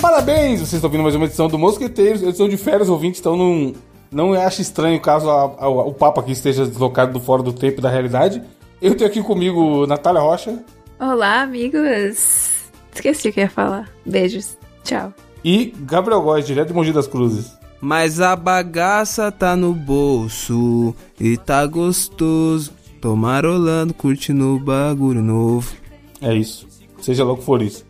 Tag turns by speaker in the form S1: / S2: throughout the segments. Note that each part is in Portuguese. S1: Parabéns! Vocês estão ouvindo mais uma edição do Mosqueteiros. Edição de férias, ouvintes estão num. Não acho estranho caso a- a- o papo aqui esteja deslocado do fora do tempo e da realidade. Eu tenho aqui comigo Natália Rocha
S2: Olá, amigos. Esqueci o que eu ia falar. Beijos. Tchau.
S1: e Gabriel Góes, direto de Mogi das Cruzes.
S3: Mas a bagaça tá no bolso e tá gostoso. Tô marolando, curtindo o bagulho novo.
S1: É isso. Seja lá o que for isso.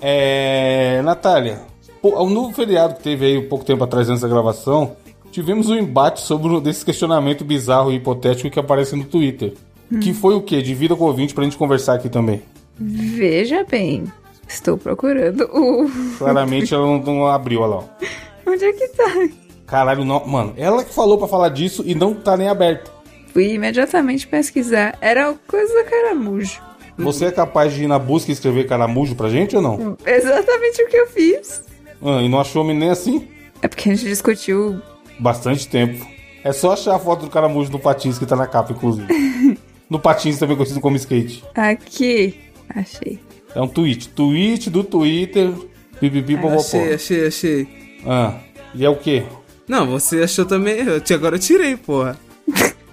S1: é. Natália, pô, o novo feriado que teve aí um pouco tempo atrás antes da gravação, tivemos um embate sobre o- desse questionamento bizarro e hipotético que aparece no Twitter. Que foi o quê? De vida com ouvinte pra gente conversar aqui também.
S2: Veja bem. Estou procurando o.
S1: Claramente ela não, não abriu, olha lá. ó.
S2: Onde é que tá?
S1: Caralho, não, mano, ela que falou pra falar disso e não tá nem aberto.
S2: Fui imediatamente pesquisar. Era o coisa do caramujo.
S1: Você é capaz de ir na busca e escrever caramujo pra gente ou não?
S2: Exatamente o que eu fiz.
S1: Ah, e não achou me nem assim?
S2: É porque a gente discutiu.
S1: Bastante tempo. É só achar a foto do caramujo no patins que tá na capa, inclusive. No patins também conhecido como skate.
S2: Aqui. Achei.
S1: É um tweet. Tweet do Twitter. Pipipi, popopó.
S3: Achei, achei, achei.
S1: Ah, e é o quê?
S3: Não, você achou também. Eu, te- agora eu tirei, porra.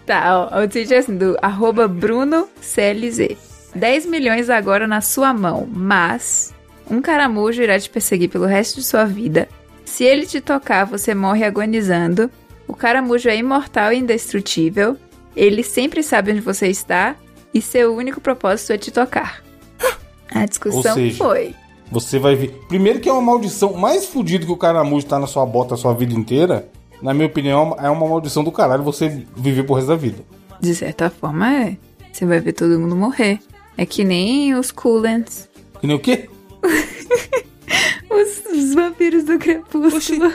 S2: Tá, ó. O tweet é assim, do arroba Bruno CLZ. 10 milhões agora na sua mão, mas um caramujo irá te perseguir pelo resto de sua vida. Se ele te tocar, você morre agonizando. O caramujo é imortal e indestrutível. Ele sempre sabe onde você está e seu único propósito é te tocar. A discussão
S1: seja,
S2: foi.
S1: Você vai ver. Primeiro que é uma maldição mais fodida que o caramujo tá na sua bota a sua vida inteira. Na minha opinião, é uma maldição do caralho você viver pro resto da vida.
S2: De certa forma, é. Você vai ver todo mundo morrer. É que nem os coolants.
S1: Que nem o quê?
S2: Os, os vampiros do crepúsculo.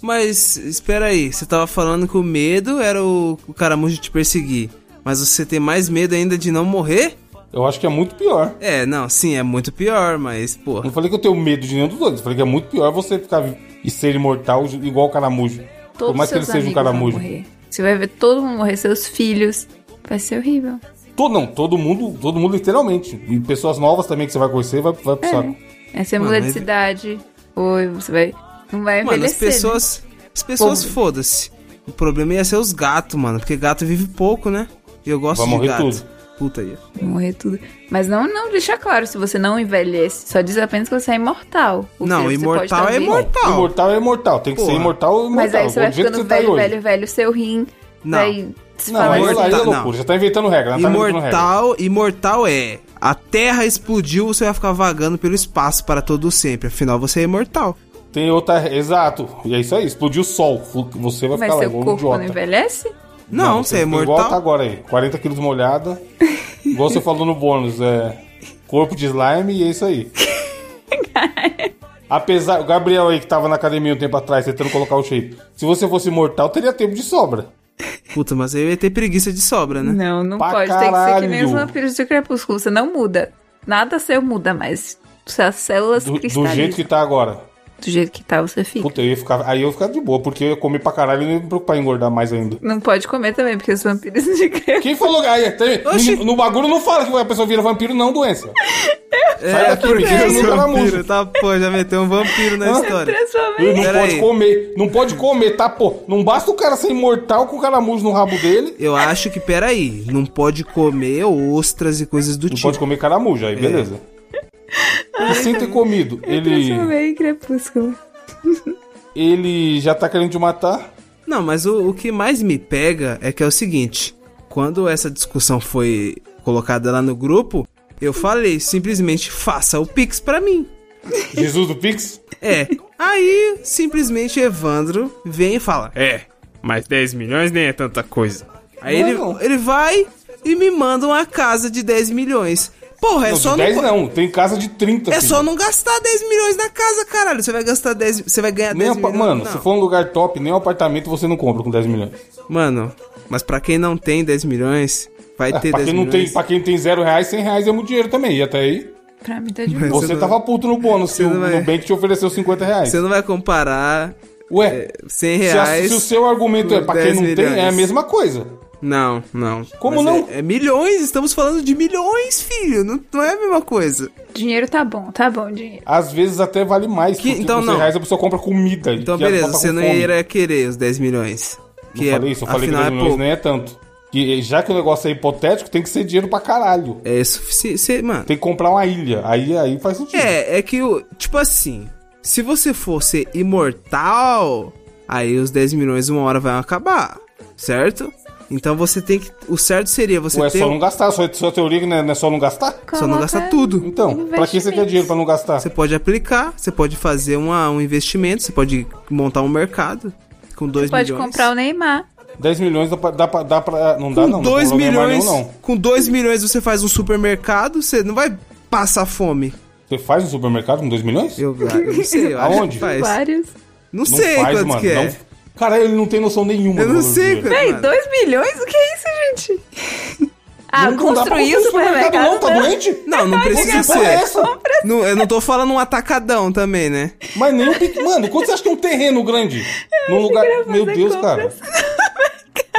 S3: Mas espera aí, você tava falando que o medo era o, o caramujo te perseguir. Mas você tem mais medo ainda de não morrer?
S1: Eu acho que é muito pior.
S3: É, não, sim, é muito pior, mas,
S1: Eu
S3: porra.
S1: Não falei que eu tenho medo de nenhum dos outros. Eu Falei que é muito pior você ficar vi- e ser imortal igual o caramujo. Por mais que ele
S2: seus
S1: seja um
S2: amigos vão
S1: caramujo.
S2: morrer. Você vai ver todo mundo morrer, seus filhos. Vai ser horrível.
S1: Todo, não, todo mundo, todo mundo literalmente. E pessoas novas também que você vai conhecer, vai, vai
S3: É,
S1: pro saco.
S2: Aí você
S3: Mano,
S2: muda de
S3: mas-
S2: cidade. Ou você vai. Não vai
S3: Mano, as
S2: envelhecer. né?
S3: pessoas. As pessoas,
S2: Porra.
S3: foda-se. O problema ia ser os gatos, mano. Porque gato vive pouco, né? E eu gosto
S1: Vai
S3: de
S1: morrer
S3: gato.
S1: tudo. Tá
S3: Puta aí.
S2: Vai Morrer tudo. Mas não, não deixa claro se você não envelhece. Só diz apenas que você é imortal. Ou
S3: Não,
S2: seja, você
S3: imortal
S2: pode
S3: é
S2: também-
S3: imortal.
S1: Imortal é imortal. Tem que
S3: Porra.
S1: ser imortal imortal.
S2: Mas aí você vai
S1: do jeito que você
S2: ficando
S1: tá aí
S2: velho,
S1: hoje.
S2: velho, velho, seu rim.
S3: Não.
S2: Vai
S1: Não, aí,
S2: desfalecer.
S1: aí é
S3: Imortal,
S1: loucura.
S3: não.
S1: Já tá inventando regra. Não tá inventando regra.
S3: Imortal, imortal é. A Terra explodiu, você vai ficar vagando pelo espaço para todo sempre. Afinal, você é imortal.
S1: Tem outra. Exato. E é isso aí. Explodiu o sol. Fu- Você vai
S2: Mas
S1: ficar lá
S2: seu
S1: igual um
S2: corpo não
S1: idiota.
S2: envelhece?
S3: Não, você é
S1: ficou
S3: imortal.
S1: Igual tá agora aí. 40 quilos molhada. igual você falou no bônus. É. Corpo de slime e é isso aí. Apesar. O Gabriel aí que tava na academia um tempo atrás tentando colocar o shape. Se você fosse imortal, teria tempo de sobra.
S3: Puta, mas aí eu ia ter preguiça de sobra, né?
S2: Não, não
S1: Pra
S2: pode. Tem que ser que nem os
S1: caralho.
S2: vampiros de crepúsculo. Você não muda. Nada seu muda, mas suas células
S1: Do, do
S2: cristalizam.
S1: jeito que tá agora.
S2: Do jeito que tá, você fica.
S1: Puta, eu ia ficar. Aí eu ia ficar de boa, porque eu ia comer pra caralho e não ia me preocupar em engordar mais ainda.
S2: Não pode comer também, porque os vampiros de crepúsculo.
S1: Quem falou aí, tem-
S3: Oxi.
S1: no, no bagulho não fala que a pessoa vira vampiro, não, doença.
S3: É,
S1: Sai daqui,
S3: porque
S1: menino,
S3: eu sou
S1: nunca na
S3: vampiro,
S1: música.
S3: tá? Pô, já meteu um vampiro na história.
S2: Transforma
S1: Ele
S2: em.
S1: não
S3: Pera
S1: pode
S3: aí.
S1: comer, não pode comer, tá, pô? Não basta o cara ser imortal com o caramujo no rabo dele.
S3: Eu acho que, peraí, não pode comer ostras e coisas do
S1: Não
S3: tipo.
S1: pode comer caramujo, aí beleza. E sem ter comido, ele,
S2: Transformei em crepúsculo.
S1: ele já tá querendo te matar.
S3: Não, mas o, o que mais me pega é que é o seguinte: quando essa discussão foi colocada lá no grupo, eu falei simplesmente faça o Pix pra mim.
S1: Jesus do Pix?
S3: É. Aí, simplesmente Evandro vem e fala: É, mas 10 milhões nem é tanta coisa. Aí ele,
S1: Não.
S3: ele vai e me manda uma casa de 10 milhões. Porra, é
S1: não,
S3: só
S1: de
S3: não.
S1: 10 não, tem casa de 30.
S3: É
S1: filho.
S3: só não gastar 10 milhões na casa, caralho. Você vai gastar 10. Você vai ganhar 10
S1: Nem apa-
S3: milhões.
S1: Mano,
S3: não.
S1: se for um lugar top, nem um apartamento você não compra com 10 milhões.
S3: Mano, mas pra quem não tem 10 milhões, vai
S1: É,
S3: ter
S1: pra,
S3: 10
S1: quem não tem,
S3: milhões.
S1: pra quem tem zero reais, 100 reais é muito dinheiro também. E até aí,
S2: Pra mim tá de
S3: Mas-
S2: boa.
S1: você
S3: não- é.
S1: tava puto no bônus se
S3: você
S1: o
S3: não vai-
S1: Nubank te ofereceu 50 reais.
S3: Você não vai comparar
S1: Ué,
S3: 100
S1: se, a-
S3: reais.
S1: se o seu argumento é pra quem
S3: 10
S1: não tem,
S3: milhões.
S1: é a mesma coisa.
S3: Não, não.
S1: Como
S3: Mas
S1: não?
S3: É, é milhões, estamos falando de milhões, filho. Não, não é a mesma coisa.
S2: Dinheiro tá bom, tá bom, dinheiro.
S1: Às vezes até vale mais.
S3: Que-
S1: porque
S3: então
S1: com
S3: não.
S1: 100 reais a pessoa compra comida.
S3: Então,
S1: que ela
S3: beleza,
S1: tá com
S3: você não
S1: fome.
S3: ia querer os 10 milhões. é
S1: Não falei isso, eu falei que 10 milhões nem é tanto. Que, já que o negócio é hipotético, tem que ser dinheiro pra caralho.
S3: É suficiente, mano.
S1: Tem que comprar uma ilha. Aí, aí faz sentido.
S3: É, é que o. Tipo assim, se você for ser imortal, aí os 10 milhões uma hora vão acabar, certo? Então você tem que. O certo seria você
S1: Ou é
S3: ter. um
S1: só não gastar? Sua, sua teoria que não é, não é só não gastar?
S3: só não gastar
S2: Coloca-
S3: tudo.
S1: Então, pra que você quer dinheiro pra não gastar?
S3: Você pode aplicar, você pode fazer uma, um investimento, você pode montar um mercado com 2
S2: Pode
S3: milhões.
S2: comprar um o Neymar.
S1: 10 milhões dá pra. Dá pra, dá pra não dá, não.
S3: Com 2
S1: não tem problema
S3: milhões,
S1: nenhum, não.
S3: com 2 milhões você faz um supermercado, você não vai passar fome.
S1: Você faz um supermercado com 2 milhões?
S3: Eu, ah, eu não sei, eu acho
S1: Aonde?
S3: que faz.
S2: Vários.
S3: Não, sei quanto que é.
S1: Não... Cara, ele não tem noção nenhuma.
S3: Eu
S1: do
S3: não
S1: valor do dinheiro.
S3: sei quanto.
S2: Véi,
S3: mano.
S2: 2 milhões? O que é isso, gente? Ah,
S1: Não, não dá pra
S2: construir o supermercado. né?
S1: não, tá
S2: não.
S1: doente?
S3: Não, não precisa
S1: Que porra é
S3: ser.
S1: essa?
S3: Não, eu não tô falando um atacadão também, né?
S1: Mas nem um pequeno. Mano, quanto você acha que é um terreno grande? Num lugar. Meu
S2: fazer
S1: Deus, cara.
S2: compras.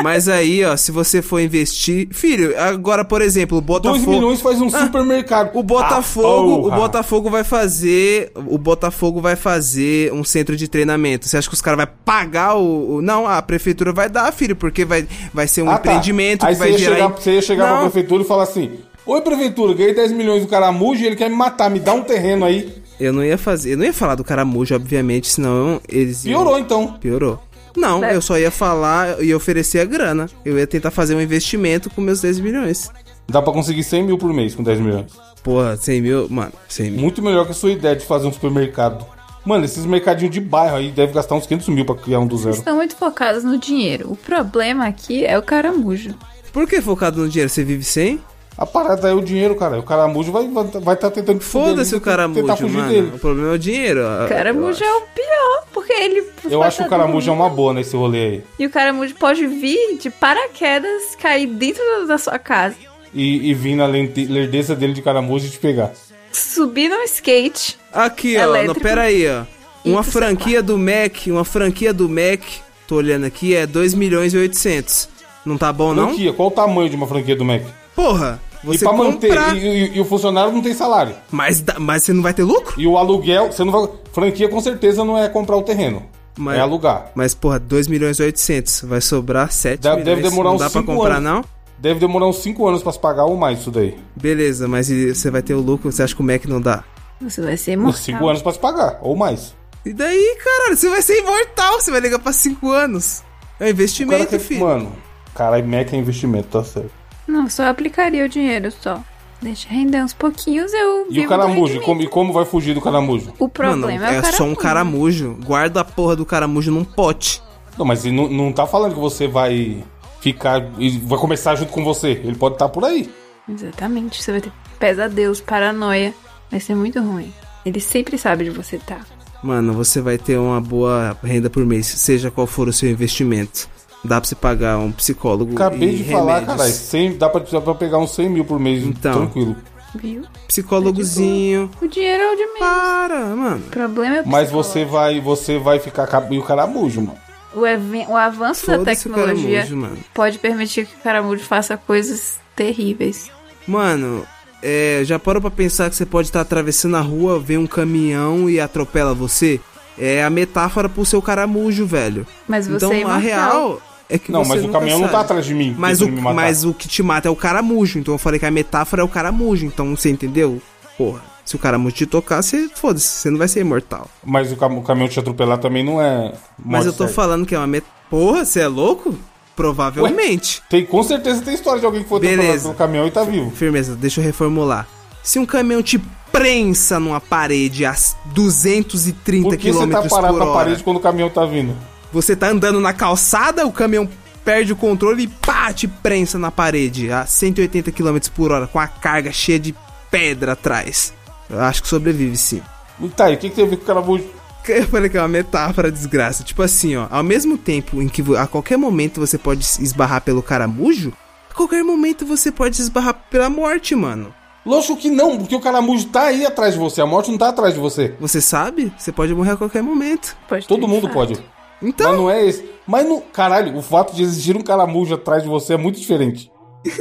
S3: Mas aí, ó, se você for investir. Filho, agora, por exemplo, o
S2: Tá
S1: 2
S3: Botafogo.
S1: milhões faz um supermercado.
S3: Ah. O Botafogo, o
S1: Ah, porra.
S3: Botafogo vai fazer, o Botafogo vai fazer um centro de treinamento. Você acha que os caras vão pagar o, o- não, a prefeitura vai dar, filho, porque vai, vai ser um
S1: Ah, tá.
S3: empreendimento
S1: Aí
S3: que vai
S1: você ia
S3: gerar
S1: chegar, você ia chegar pra
S3: Não.
S1: prefeitura e falar assim: Oi, prefeitura, ganhei 10 milhões do caramujo e ele quer me matar, me dá um terreno aí.
S3: Eu não ia fazer, eu não ia falar do caramujo, obviamente, senão eles iam-
S1: Piorou então.
S3: Piorou. Não, eu só ia falar e oferecer a grana. Eu ia tentar fazer um investimento com meus 10 milhões.
S1: Dá pra conseguir 100 mil por mês com 10 milhões.
S3: Porra, 100 mil, mano, 100 mil.
S1: Muito melhor que a sua ideia de fazer um supermercado. Mano, esses mercadinhos de bairro aí deve gastar uns 500 mil pra criar um do zero.
S2: Estão muito focados no dinheiro. O problema aqui é o caramujo.
S3: Por que focado no dinheiro? Você vive sem?
S1: A parada é o dinheiro, cara. O caramujo vai estar vai tá tentando fugir
S3: Foda-se o caramujo,
S1: Tentar fugir
S3: mano. O
S1: dele.
S3: problema é o dinheiro. ó.
S2: Caramujo é o pior, porque ele.
S1: Ah, Eu acho que o caramujo é uma boa nesse rolê aí.
S2: E o caramujo pode vir de paraquedas, cair dentro da- da sua casa,
S1: E, e vir na lente- lerdeza dele de caramujo e te pegar.
S2: subir no skate.
S3: Aqui, ó.
S2: Elétrico. é
S3: Não, pera aí, ó.
S2: E
S3: Uma
S2: pro
S3: franquia do Mac, uma franquia do Mac, tô olhando aqui, é 2 milhões e 800. Não tá bom, não?
S1: Franquia, qual o tamanho de uma franquia do Mac?
S3: Porra,
S1: E
S3: você
S1: pra manter,
S3: comprar,
S1: e, e- e o funcionário não tem salário.
S3: Mas, dá- mas você não vai ter lucro?
S1: E o aluguel, você não vai. Franquia com certeza não é comprar o terreno.
S3: Mas-
S1: É alugar.
S3: Mas, porra, 2 milhões e 800, vai sobrar 7
S1: Deve-
S3: milhões.
S1: deve demorar
S3: não
S1: uns
S3: dá pra
S1: cinco
S3: comprar,
S1: anos.
S3: não?
S1: Deve demorar uns 5 anos pra se pagar ou mais isso daí.
S3: Beleza, mas e você vai ter o lucro, você acha que o Mac não dá?
S2: Você vai ser
S1: Uns 5
S2: imortal.
S1: anos pra se pagar, ou mais.
S3: E daí, caralho, você vai ser imortal, você vai ligar pra 5 anos. É um
S1: O cara
S3: investimento,
S1: quer-
S3: filho.
S1: Mano, caralho, Mac é investimento, tá certo.
S2: Não, só aplicaria o dinheiro só. Deixa render uns pouquinhos, eu.
S1: E
S2: vivo
S1: o
S2: do
S1: caramujo, e
S2: rendimento.
S1: como, e como vai fugir do caramujo?
S2: O problema
S3: Mano,
S2: é, o
S3: só um caramujo. Guarda a porra do caramujo num pote.
S1: Não, mas ele não, não tá falando que você vai ficar. e Vai começar junto com você. Ele pode estar por aí.
S2: Exatamente. Você vai ter pesadelos, paranoia. Vai ser muito ruim. Ele sempre sabe onde você tá.
S3: Mano, você vai ter uma boa renda por mês, seja qual for o seu investimento. Dá pra você pagar um psicólogo
S1: Acabei
S3: e
S1: de falar,
S3: remédios.
S1: caralho. 100 Dá pra, dá pra pegar uns 100 mil por mês,
S3: Então.
S1: tranquilo.
S2: Viu?
S3: Psicólogozinho.
S2: O dinheiro é o de menos.
S3: Para, mano.
S2: O problema é o
S1: Mas
S2: psicólogo.
S1: você vai, você vai ficar cab- e o caramujo, mano.
S2: O, even- o avanço da
S3: Foda-se o
S2: é tecnologia
S3: caramujo, mano.
S2: pode permitir que o caramujo faça coisas terríveis.
S3: Mano, é, já parou pra pensar que você pode estar atravessando a rua, vem um caminhão e atropela você? É a metáfora pro seu caramujo, velho.
S2: Mas você
S3: então,
S2: é
S3: a
S2: imortal.
S3: real é que
S1: Não,
S3: você
S1: mas o
S3: nunca
S1: caminhão não tá
S3: sabe.
S1: atrás de mim.
S3: Mas o,
S1: tentando me matar.
S3: mas o que te mata é o caramujo. Então eu falei que a metáfora é o caramujo. Então você entendeu? Porra, se o caramujo te tocar, você foda-se, você não vai ser imortal.
S1: Mas o, cam- o caminhão te atropelar também não é.
S3: Mas
S1: morte
S3: eu tô
S1: certa.
S3: falando que é uma metáfora. Porra, você é louco? Provavelmente.
S1: Tem, com certeza tem história de alguém que foi atropelado
S3: Beleza.
S1: pelo caminhão e tá vivo.
S3: Firmeza, deixa eu reformular. Se um caminhão te prensa numa parede a 230
S1: Por que você
S3: km
S1: tá parado
S3: por
S1: na
S3: hora,
S1: parede quando o caminhão tá vindo?
S3: você tá andando na calçada, o caminhão perde o controle e pá, te prensa na parede a 180 km por hora, com a carga cheia de pedra atrás. Eu acho que sobrevive sim.
S1: E tá, e o que, que tem a ver com o caramujo?
S3: Eu falei que é uma metáfora desgraça. Tipo assim, ó, ao mesmo tempo em que vo- a qualquer momento você pode esbarrar pelo caramujo, a qualquer momento você pode esbarrar pela morte, mano.
S1: Lógico que não, porque o caramujo tá aí atrás de você. A morte não tá atrás de você.
S3: Você sabe? Você pode morrer a qualquer momento.
S2: Pode ter
S1: Todo mundo
S2: infarto.
S1: pode.
S3: Então,
S1: Mas não é esse. Mas no. Caralho, o fato de existir um caramujo atrás de você é muito diferente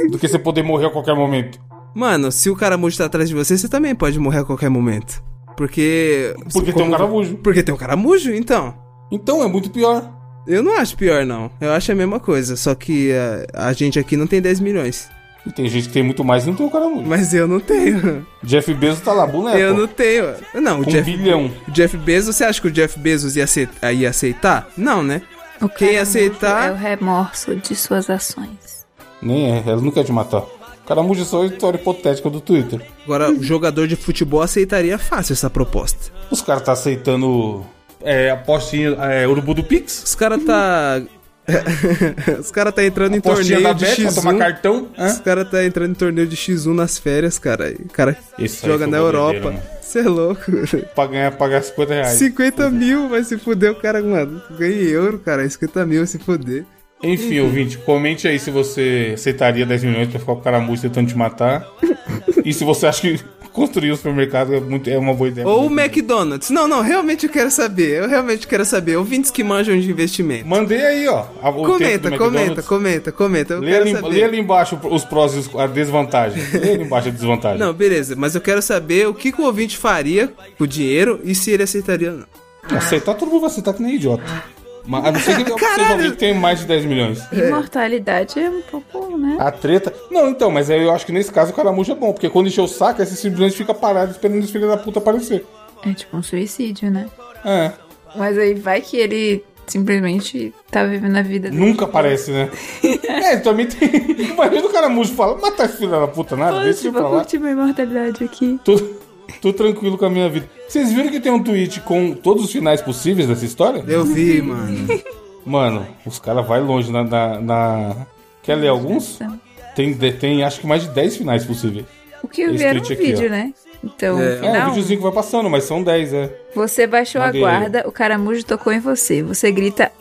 S1: do que você poder morrer a qualquer momento.
S3: Mano, se o caramujo tá atrás de você, você também pode morrer a qualquer momento. Porque.
S1: Porque tem um caramujo.
S3: Porque tem um caramujo, então.
S1: Então é muito pior.
S3: Eu não acho pior, não. Eu acho a mesma coisa. Só que eh, a gente aqui não tem 10 milhões.
S1: E tem gente que tem muito mais e não tem um caramujo.
S3: Mas eu não tenho.
S1: Jeff Bezos tá lá, boneco.
S3: Eu não tenho. Não, o
S1: Com um
S3: Jeff,
S1: bilhão.
S3: o Jeff Bezos, você acha que o Jeff Bezos ia aceit- ia aceitar? Não, né?
S2: O
S3: Quem
S2: caramujo
S3: aceitar-
S2: É o remorso de suas ações.
S1: Nem é, ela não quer te matar. Caramujo é só a história hipotética do Twitter.
S3: Agora, o jogador de futebol aceitaria fácil essa proposta.
S1: Os caras tá aceitando é, apostinha, é, urubu do Pix.
S3: Os cara tá. Os cara tá entrando em
S1: Apostinha da
S3: torneio de
S1: Bet pra
S3: X1.
S1: tomar cartão. Hã?
S3: Os cara tá entrando em torneio de X1 nas férias, cara. E O cara
S1: Isso aí
S3: joga
S1: foi
S3: na
S1: doideira,
S3: Europa.
S1: mano.
S3: Você é louco.
S1: Pra ganhar, pagar 50 reais.
S3: 50 mil vai se fuder, o cara, mano. Ganhei euro, cara. 50 mil vai se fuder.
S1: Enfim, ouvinte, comente aí se você aceitaria 10 milhões pra ficar com o caramujo tentando te matar. e se você acha que construir um supermercado é, muito, é uma boa ideia.
S3: Ou o McDonald's. Não, não, realmente eu quero saber. Eu realmente quero saber. Ouvintes que manjam de investimento.
S1: Mandei aí, ó. a- o texto do
S3: Comenta, comenta,
S1: McDonald's.
S3: comenta, comenta. Eu
S1: Lê
S3: quero
S1: ali, em-
S3: saber.
S1: lê ali embaixo os prós e os- a desvantagem. Lê ali embaixo a desvantagem.
S3: Não, beleza, mas eu quero saber o que, que o ouvinte faria com o dinheiro e se ele aceitaria ou não.
S1: Aceitar, todo mundo vai aceitar que nem idiota. Mas, a não ser que seja alguém que tem mais de 10 milhões.
S2: Imortalidade é um pouco, né?
S1: A treta. Não, então, mas eu acho que nesse caso o caramujo é bom, porque quando encher o saco, aí você simplesmente fica parado esperando os filhos da puta aparecer.
S2: É tipo um suicídio, né?
S1: É.
S2: Mas aí vai que ele simplesmente tá vivendo a vida dele.
S1: Nunca aparece, né? é, também tem. Imagina o caramujo fala, mata esse filho da puta, nada, deixa
S2: Poxa,
S1: eu pra
S2: vou
S1: lá.
S2: curtir minha imortalidade aqui.
S1: Tô, tô tranquilo com a minha vida. Vocês viram que tem um tweet com todos os finais possíveis dessa história?
S3: Eu vi, mano.
S1: Mano, os caras vai longe na, na, na- Quer ler alguns? Tem, de- tem acho que mais de 10 finais possíveis.
S2: O que eu
S1: Esse
S2: vi era um
S1: tweet aqui,
S2: vídeo,
S1: ó.
S2: né? Então,
S3: É,
S2: no
S1: É, um
S2: final,
S1: videozinho que vai passando, mas são 10, é.
S2: você baixou
S1: Mandei.
S2: a guarda, o caramujo tocou em você. Você grita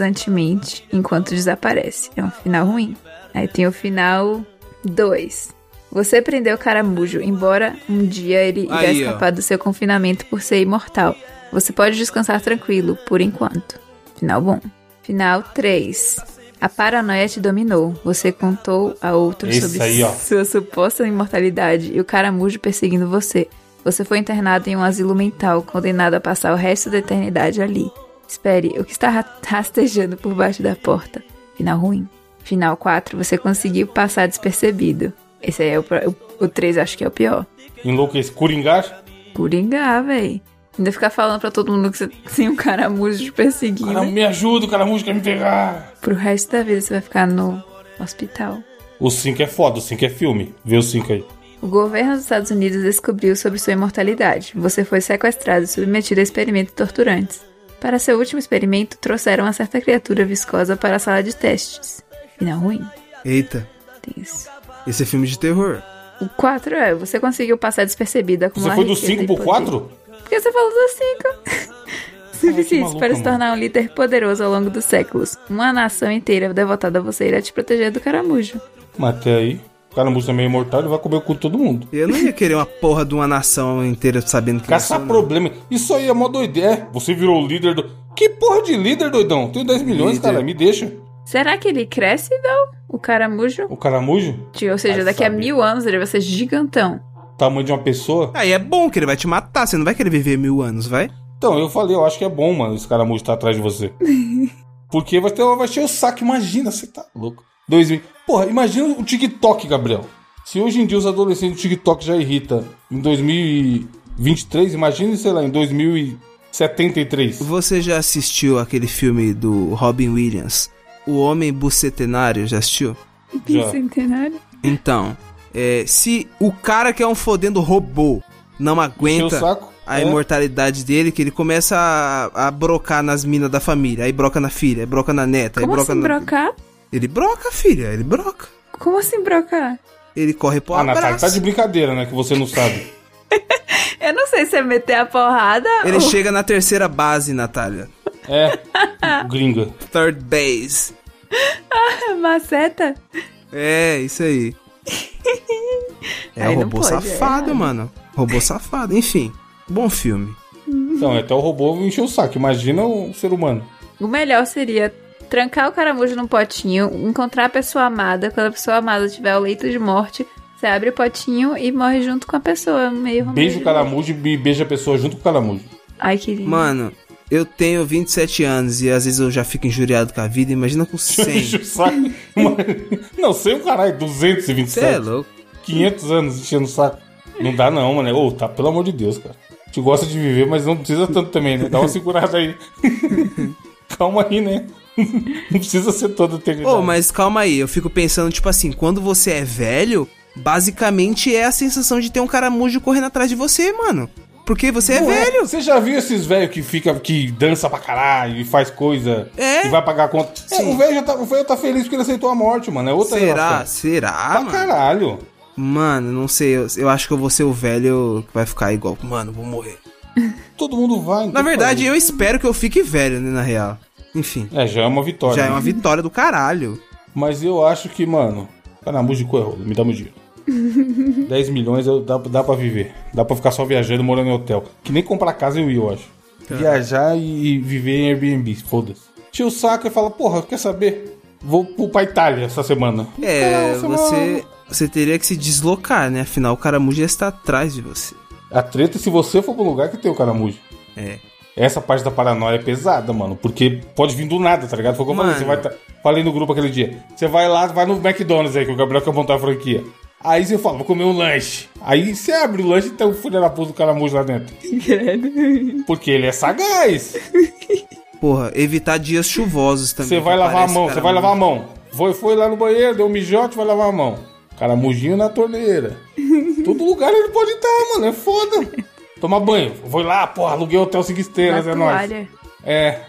S2: agonizantemente enquanto desaparece. É um final ruim. Aí tem o final 2. Você prendeu o caramujo, embora um dia ele irá
S3: Aí, ó.
S2: escapar do seu confinamento por ser imortal. Você pode descansar tranquilo, por enquanto. Final bom. Final 3. A paranoia te dominou. Você contou a outros
S1: Esse
S2: sobre
S1: aí, ó.
S2: sua suposta imortalidade e o caramujo perseguindo você. Você foi internado em um asilo mental, condenado a passar o resto da eternidade ali. Espere, o que está ra- rastejando por baixo da porta? Final ruim. Final 4, você conseguiu passar despercebido. Esse aí é o, pro- o, 3, acho que é o pior.
S1: Enlouquece. Coringá?
S2: Coringa, véi. Ainda ficar falando pra todo mundo que você tem um caramujo te perseguindo.
S1: Cara, me ajuda, o caramujo quer me pegar.
S2: Pro resto da vida você vai ficar no hospital.
S1: O 5 é foda, o 5 é filme. Vê o 5 aí.
S2: O governo dos Estados Unidos descobriu sobre sua imortalidade. Você foi sequestrado e submetido a experimentos torturantes. Para seu último experimento, trouxeram uma certa criatura viscosa para a sala de testes. Final ruim.
S3: Eita,
S2: Tem isso.
S3: esse é filme de terror.
S2: O 4 é, você conseguiu passar despercebido
S1: Você
S2: acumular
S1: foi do
S2: riqueza
S1: 5
S2: e
S1: pro
S2: poder.
S1: 4?
S2: Por que você falou dos cinco? Suficiente
S1: maluca,
S2: para se
S1: mano.
S2: tornar um líder poderoso ao longo dos séculos. Uma nação inteira devotada a você irá te proteger do caramujo.
S1: Mas até aí. O caramujo também é imortal, ele vai comer o cu de todo mundo.
S3: Eu não ia querer uma porra de uma nação inteira sabendo que eu
S1: Caçar
S3: sou, não.
S1: problema. Isso aí é mó doideira. É, Você virou o líder do. Que porra de líder, doidão? Tenho 10 milhões,
S3: Líder.
S1: cara. Me deixa.
S2: Será que ele cresce, não? O caramujo?
S1: O caramujo?
S2: Tipo, Ou seja,
S1: Vai
S2: daqui a
S1: saber.
S2: mil anos ele vai ser gigantão.
S1: Tamanho de uma pessoa.
S3: Aí é bom que ele vai te matar, você não vai querer viver mil anos, vai?
S1: Então, eu falei, eu acho que é bom, mano, esse caramujo tá atrás de você. Porque vai, ter, vai encher o saco, imagina, você tá louco. 2000. Porra, imagina o TikTok, Gabriel. Se hoje em dia os adolescentes do TikTok já irrita em 2023, imagina, sei lá, em 2073.
S3: Você já assistiu aquele filme do Robin Williams? O Homem Bucetenário, já assistiu?
S1: Já.
S2: Bicentenário?
S3: Então, é, se o cara que é um fodendo robô não
S1: Encher o
S3: aguenta
S1: saco.
S3: a
S1: é.
S3: imortalidade dele, que ele começa a, a brocar nas minas da família, aí broca na filha, aí broca na neta,
S2: Como
S3: aí broca
S2: assim
S3: na...
S2: brocar?
S3: Ele broca, filha, ele broca.
S2: Como assim brocar?
S3: Ele corre pro
S1: Ah, Natália,
S3: abraço.
S1: tá de brincadeira, né? Que você não sabe.
S2: Eu não sei se é meter a porrada
S3: Ele
S2: ou...
S3: chega na terceira base, Natália.
S1: É, gringa.
S3: Third base.
S2: maceta.
S3: É, isso aí. É
S2: Aí não
S3: robô
S2: pode, é
S3: safado,
S2: errado.
S3: mano. Robô safado, enfim. Bom filme.
S1: Então, até o robô encheu o saco. Imagina o ser humano.
S2: O melhor seria trancar o caramujo num potinho, encontrar a pessoa amada, quando a pessoa amada tiver o leito de morte, Você abre o potinho e morre junto com a pessoa,
S1: Beija
S2: meio romântico.
S1: o caramujo e beija a pessoa junto com o caramujo.
S2: Ai, que lindo.
S3: Mano, eu tenho 27 anos e às vezes eu já fico injuriado com a vida. Imagina com 100.
S1: Sai- não, sei o caralho,
S3: Você é
S1: 227.
S3: louco.
S1: 500 anos enchendo o saco. Não dá não, mano. Ô, tá, pelo amor de Deus, cara. A gente gosta de viver, mas não precisa tanto também, né? Dá uma segurada aí. Calma aí, né? Não precisa ser todo
S3: Ô,
S1: integridade.
S3: mas calma aí, eu fico pensando, tipo assim, quando você é velho, basicamente é a sensação de ter um caramujo correndo atrás de você, mano. Porque você é
S1: Não é?
S3: velho.
S1: Você já viu esses velhos que fica, que dança pra caralho e faz coisa
S3: É?
S1: e vai pagar a conta? É,
S3: Sim.
S1: o velho já tá, o velho tá feliz porque ele aceitou a morte, mano. É outra
S3: Será?
S1: relação.
S3: Será?
S1: Pra
S3: Mano?
S1: caralho.
S3: mano, não sei. Eu, eu acho que eu vou ser o velho que vai ficar igual. Mano, vou morrer.
S1: Todo mundo vai.
S3: Na verdade, eu espero que eu fique velho, né, na real. Enfim,
S1: É, já é uma vitória.
S3: já é
S1: né?
S3: uma vitória do caralho.
S1: Mas eu acho que, mano, tá caramujo de coerro, é, me dá meu dinheiro. 10 milhões eu, dá, dá pra viver. Dá pra ficar só viajando, morando em hotel. Que nem comprar casa eu ia, eu acho.
S3: Tá.
S1: Viajar e e viver em Airbnb, foda-se. Tira o saco e fala, porra, quer saber? Vou pro- pra Itália essa semana.
S3: É,
S1: Nossa,
S3: você,
S1: mano.
S3: você teria que se deslocar, né? Afinal, o caramujo já está atrás de você.
S1: A treta é se você for pro lugar que tem o caramujo.
S3: É.
S1: Essa parte da paranoia é pesada, mano. Porque pode vir do nada, tá ligado? Foi o que eu falei.
S3: Mano.
S1: Você vai tá- Falei no grupo aquele dia. Você vai lá, vai no McDonald's aí, que o Gabriel quer montar a franquia. Aí você fala, vou comer um lanche. Aí você abre o lanche e tem um filho da puta do caramujo lá dentro. Porque ele é sagaz.
S3: Porra, evitar dias chuvosos também.
S1: Você
S3: que
S1: vai lavar a
S3: aparece
S1: mão, você vai
S3: caramujo.
S1: lavar a mão. Foi, foi lá no banheiro, deu um mijote, vai lavar a mão. Caramujinho na torneira. Todo lugar ele pode estar, mano. É foda. Tomar banho. Vou lá, porra, aluguei o hotel 5
S2: Na
S1: estrelas, é nóis.
S2: toalha.
S1: É.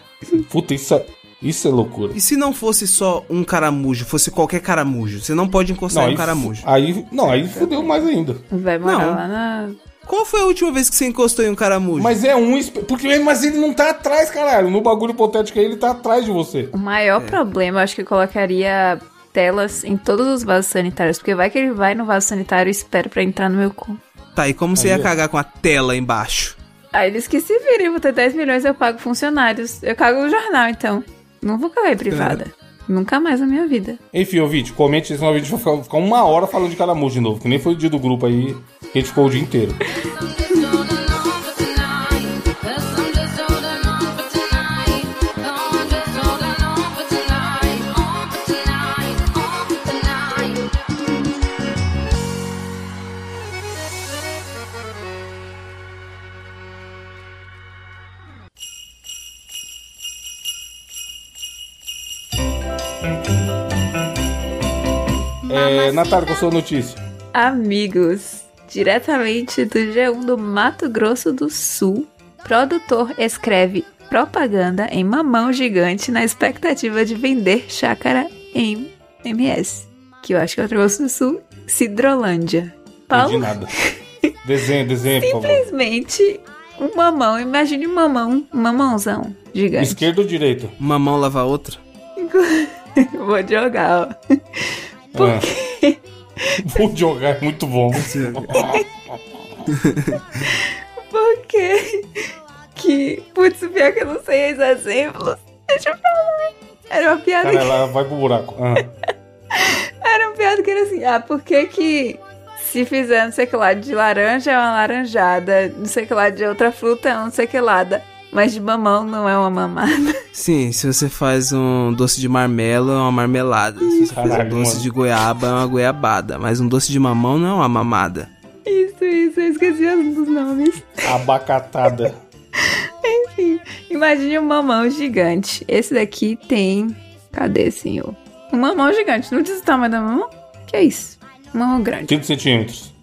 S1: Puta, isso é, isso é loucura.
S3: E se não fosse só um caramujo, fosse qualquer caramujo? Você não pode encostar em um
S1: aí
S3: caramujo.
S1: fu- Aí, não, aí fudeu mais ainda.
S2: Vai morar
S3: Não.
S2: lá na.
S3: Qual foi a última vez que você encostou em um caramujo?
S1: Mas é um. espe- Porque, mas ele não tá atrás, caralho. No bagulho hipotético aí, ele tá atrás de você.
S2: O maior problema, eu acho que eu colocaria telas em todos os vasos sanitários. Porque vai que ele vai no vaso sanitário e espera pra entrar no meu cu.
S3: Tá, e como você
S1: Aí,
S3: ia
S1: ó.
S3: cagar com a tela embaixo?
S2: Aí eles que se virem, eu vou ter 10 milhões, eu pago funcionários. Eu cago o jornal, então. Não vou cagar em privada. Nunca mais na minha vida.
S1: Enfim, ouvinte, comente esse vídeo. Vai ficar- ficar uma hora falando de caramujo de novo. Que nem foi o dia do grupo aí, que a gente ficou o dia inteiro. É, Natália, qual a sua notícia?
S2: Amigos, diretamente do G1 do Mato Grosso do Sul, produtor escreve propaganda em mamão gigante na expectativa de vender chácara em MS, que eu acho que é o Mato Grosso do Sul, Cidrolândia.
S1: Não de
S2: Paulo,
S1: nada. Desenha, desenha, por favor.
S2: simplesmente um mamão, imagine um mamão, um mamãozão gigante.
S1: Esquerda ou direita?
S3: Uma mão lava a outra?
S2: Vou jogar, ó.
S1: Ah. Vou jogar, é muito bom.
S2: Por quê? Que. Putz, o pior que eu não sei os exemplos. Deixa eu falar. Era uma piada
S1: Cara, ela vai pro buraco. Ah.
S2: que. Era uma piada que era assim. Ah, por que que. Se fizer não sei o que lá de laranja é uma laranjada, não sei o que lá de outra fruta é uma não sei o que lada, mas de mamão não é uma mamada.
S3: Sim, se você faz um doce de marmelo, é uma marmelada. Se você faz um
S1: Caralho,
S3: doce
S1: mano.
S3: de goiaba, é uma goiabada. Mas um doce de mamão não é uma mamada.
S2: Isso, isso, eu esqueci os- dos nomes.
S1: Abacatada.
S2: Enfim, imagine um mamão gigante. Esse daqui tem. Cadê, senhor? Um mamão gigante. Não diz o tamanho da mamão? Que é isso? Um mamão grande.
S1: 30 centímetros.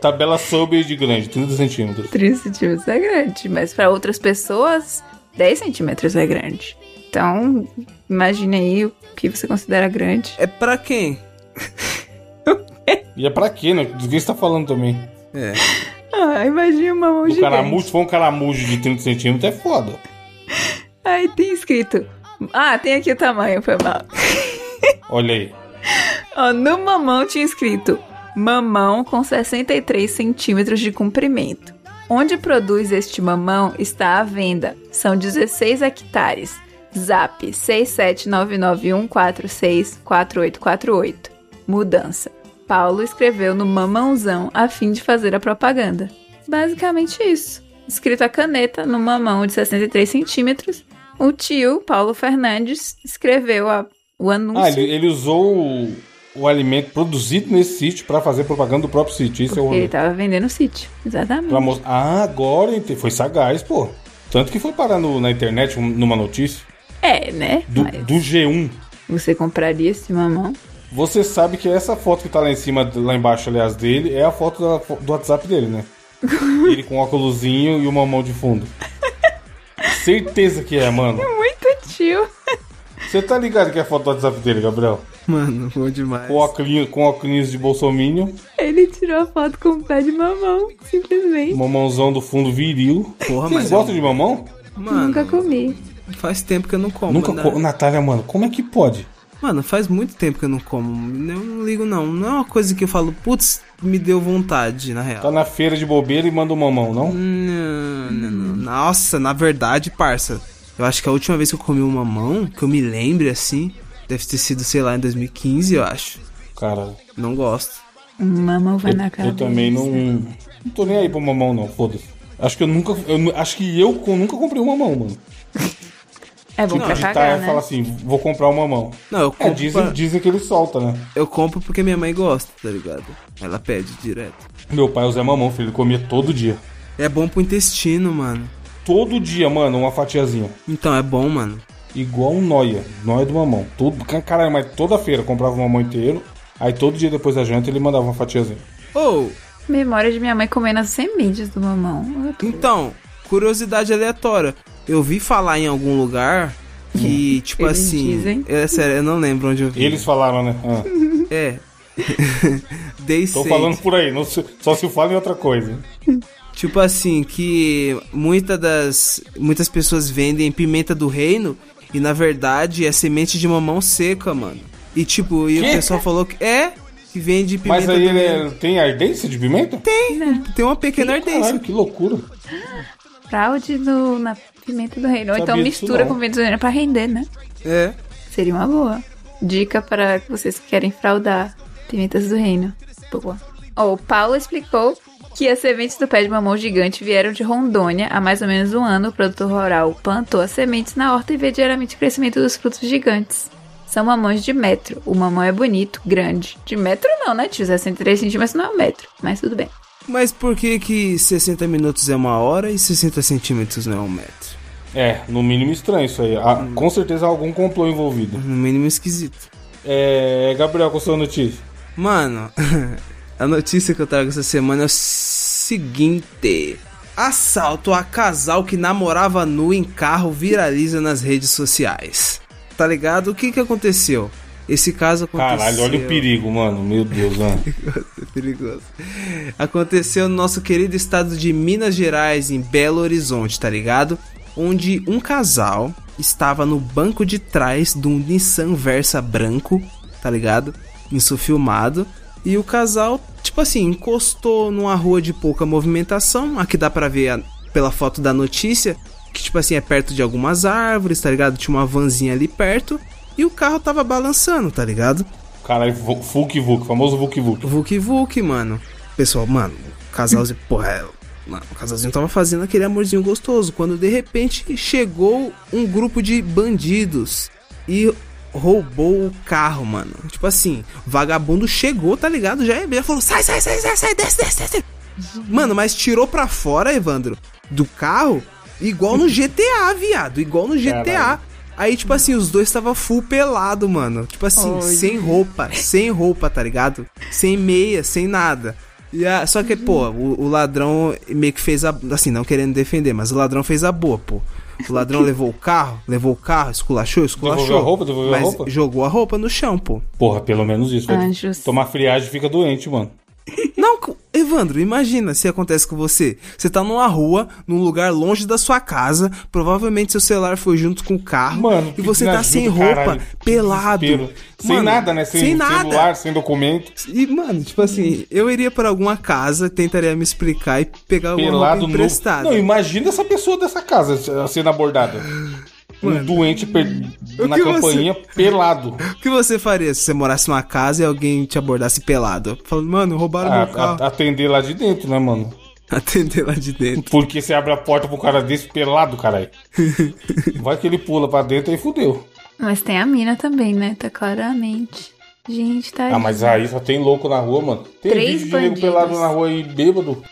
S1: Tabela sob de grande, 30 centímetros.
S2: 3 centímetros é grande, mas para outras pessoas, 10 centímetros é grande. Então, imagine aí o que você considera grande.
S3: É pra quem?
S1: E é pra quê, né? Do que você tá falando também?
S3: É.
S2: Ah, imagine uma mão
S1: O
S2: gigante.
S1: caramujo, se for um caramujo de 30 centímetros, é foda.
S2: Aí tem escrito... Ah, tem aqui o tamanho, foi mal.
S1: Olha aí.
S2: Ó, no mamão tinha escrito... Mamão com 63 centímetros de comprimento. Onde produz este mamão está à venda. São 16 hectares. Zap 67991464848. Mudança. Paulo escreveu no mamãozão a fim de fazer a propaganda. Basicamente isso. Escrito a caneta no mamão de 63 centímetros, o tio Paulo Fernandes escreveu a- o anúncio.
S1: Ah, ele, ele usou o, o alimento produzido nesse sítio pra fazer propaganda do próprio sítio. Isso é o.
S2: porque ele tava vendendo o sítio. Exatamente.
S1: pra mos- Ah, agora ente- foi sagaz, pô. Tanto que foi parar no- na internet, um- numa notícia,
S2: É, né?
S1: do,
S2: Mas
S1: do G1.
S2: você compraria esse mamão?
S1: Você sabe que essa foto que tá lá em cima, lá embaixo, aliás, dele, é a foto da fo- do WhatsApp dele, né? Ele com óculosinho e uma mão de fundo. Certeza que é, mano.
S2: Muito tio.
S1: Você tá ligado que é a foto do WhatsApp dele, Gabriel?
S3: Mano, bom demais.
S1: Com
S2: É.
S1: óculos, com óculos de bolsominion,
S2: Ele tirou a foto com o pé de mamão, simplesmente.
S1: mamãozão do fundo viril.
S3: Porra,
S1: Vocês
S3: mas
S1: gostam
S3: é
S1: de mamão?
S3: Mano,
S2: Nunca comi.
S3: faz tempo que eu não como.
S1: Nunca
S3: né?
S1: co... Natália, mano, como é que pode?
S3: Mano, faz muito tempo que eu não como. Eu não ligo, não. Não é uma coisa que eu falo, putz, me deu vontade, na real.
S1: Tá na feira de bobeira e manda um mamão, não?
S3: Não, não, não. Nossa, na verdade, parça. Eu acho que a última vez que eu comi um mamão, que eu me lembre assim, deve ter sido, sei lá, em 2015, eu acho.
S1: Cara,
S3: Não gosto.
S2: Um mamão vai na
S1: eu,
S2: cara. né?
S1: eu também não. Não tô nem aí pro mamão, não, foda-se. Acho que eu nunca. eu nu- acho que eu co- nunca comprei um mamão, mano.
S2: É bom
S1: Tipo,
S2: pra
S3: tá
S1: De
S2: cagar,
S1: tarde
S2: né?
S1: fala assim, vou comprar um mamão.
S3: Não, eu
S1: É,
S3: compro.
S1: dizem,
S3: pra-
S1: dizem que ele solta, né?
S3: Eu compro porque minha mãe gosta, tá ligado? Ela pede direto.
S1: Meu pai, o Zé Mamão, filho, ele comia todo dia.
S3: É bom pro intestino, mano.
S1: Todo dia, mano, uma fatiazinha.
S3: Então é bom, mano.
S1: Igual um noia. Noia do mamão. Todo, caralho, mas toda feira comprava o mamão inteiro. Aí todo dia depois da janta ele mandava uma fatiazinha.
S3: Ou,
S1: assim.
S2: Memória de minha mãe comendo as sementes do mamão. Eu tô-
S3: então, curiosidade aleatória. Eu vi falar em algum lugar que, tipo
S2: Eles
S3: assim.
S2: dizem.
S3: É sério, eu não lembro onde eu vi.
S1: Hum. Eles falaram, né? Ah,
S3: É. Dei
S1: tô
S3: sede.
S1: falando por aí, não se- só se fala em outra coisa.
S3: Tipo assim, que muita das, muitas pessoas vendem pimenta do reino e na verdade é semente de mamão seca, mano. E tipo, e o
S1: Quê?
S3: pessoal falou que é, que vende pimenta
S1: Mas aí
S3: do
S1: ele
S3: reino.
S1: é- tem ardência de pimenta? Tem.
S3: Tem uma pequena ardência.
S1: Caralho, que loucura.
S2: Fraude no, na pimenta do reino. Ou então
S1: Sabia disso
S2: mistura
S1: não.
S2: com pimenta do reino pra render, né?
S3: É.
S2: Seria uma boa. Dica para vocês que querem fraudar pimentas do reino. Boa. Ó, o Paulo explicou que as sementes do pé de mamão gigante vieram de Rondônia. Há mais ou menos um ano, o produtor rural plantou as sementes na horta e vê diariamente o crescimento dos frutos gigantes. São mamões de metro. O mamão é bonito, grande. De metro não, né, tio? 63 centímetros não é um metro, mas tudo bem.
S3: Mas por que que 60 minutos é uma hora e 60 centímetros não é um metro?
S1: É, no mínimo estranho isso aí. Ah, Com certeza há algum complô envolvido.
S3: No mínimo esquisito.
S1: É, Gabriel, qual a sua notícia?
S3: Mano, a notícia que eu trago essa semana é o seguinte: assalto a casal que namorava nu em carro viraliza nas redes sociais. Tá ligado? O que que aconteceu? Esse caso aconteceu.
S1: Caralho, olha o perigo, mano. Meu Deus, mano.
S3: É perigoso. Aconteceu no nosso querido estado de Minas Gerais, em Belo Horizonte, tá ligado? Onde um casal estava no banco de trás de um Nissan Versa branco, tá ligado? Isso filmado. E o casal, tipo assim, encostou numa rua de pouca movimentação. Aqui dá pra ver a- pela foto da notícia, que tipo assim, é perto de algumas árvores, tá ligado? Tinha uma vanzinha ali perto. E o carro tava balançando, tá ligado?
S1: Caralho, vu- Vuk Vuk, famoso Vuk Vuk.
S3: Vuk Vuk, mano. Pessoal, mano, o casalzinho, porra, é- mano, o casalzinho tava fazendo aquele amorzinho gostoso. Quando de repente chegou um grupo de bandidos e roubou o carro, mano. Tipo assim, vagabundo chegou, tá ligado? Já é já falou: sai, sai, sai, sai, sai, desce, desce, desce. Mano, mas tirou pra fora, Evandro, do carro, igual no GTA, viado. Igual no GTA.
S1: Caralho.
S3: Aí, tipo assim, os dois tava full pelado, mano. Tipo assim,
S2: Oi.
S3: sem roupa, sem roupa, tá ligado? Sem meia, sem nada. E a- só que, pô, o, o ladrão meio que fez a. Assim, não querendo defender, mas o ladrão fez a boa, pô. O ladrão levou o carro, levou o carro, esculachou, esculachou.
S1: Devolveu a roupa, devolveu a
S3: mas
S1: roupa?
S3: Jogou a roupa no chão, pô.
S1: Porra, pelo menos isso. velho.
S2: Anjos.
S1: Tomar friagem fica doente, mano.
S3: Não, co- Evandro, imagina se acontece com você. Você tá numa rua, num lugar longe da sua casa, provavelmente seu celular foi junto com o carro,
S1: Mano,
S3: e você
S1: que
S3: tá
S1: ajuda,
S3: sem roupa,
S1: caralho, que
S3: pelado.
S1: desespero. sem
S3: Mano,
S1: nada, né? Sem,
S3: sem nada.
S1: celular, sem documento.
S3: E, mano, tipo assim, eu iria pra alguma casa, tentaria me explicar e pegar alguma
S1: Pelado
S3: É roupa
S1: nu.
S3: emprestada.
S1: Não, imagina essa pessoa dessa casa sendo abordada. Um doente per-
S3: O
S1: na
S3: que
S1: campainha pelado.
S3: O que você faria se você morasse numa casa e alguém te abordasse pelado? Falando, mano, roubaram
S1: A-
S3: meu carro.
S1: a- atender lá de dentro, né, mano?
S3: Atender lá de dentro.
S1: Porque você abre a porta pro cara desse pelado, caralho. Vai que ele pula pra dentro e fudeu.
S2: Mas tem a mina também, né? Tá claramente. Gente, tá.
S1: Ah, mas aí só tem louco na rua, mano. Tem
S2: Três
S1: vídeo de nego
S2: bandidos.
S1: pelado na rua aí, bêbado.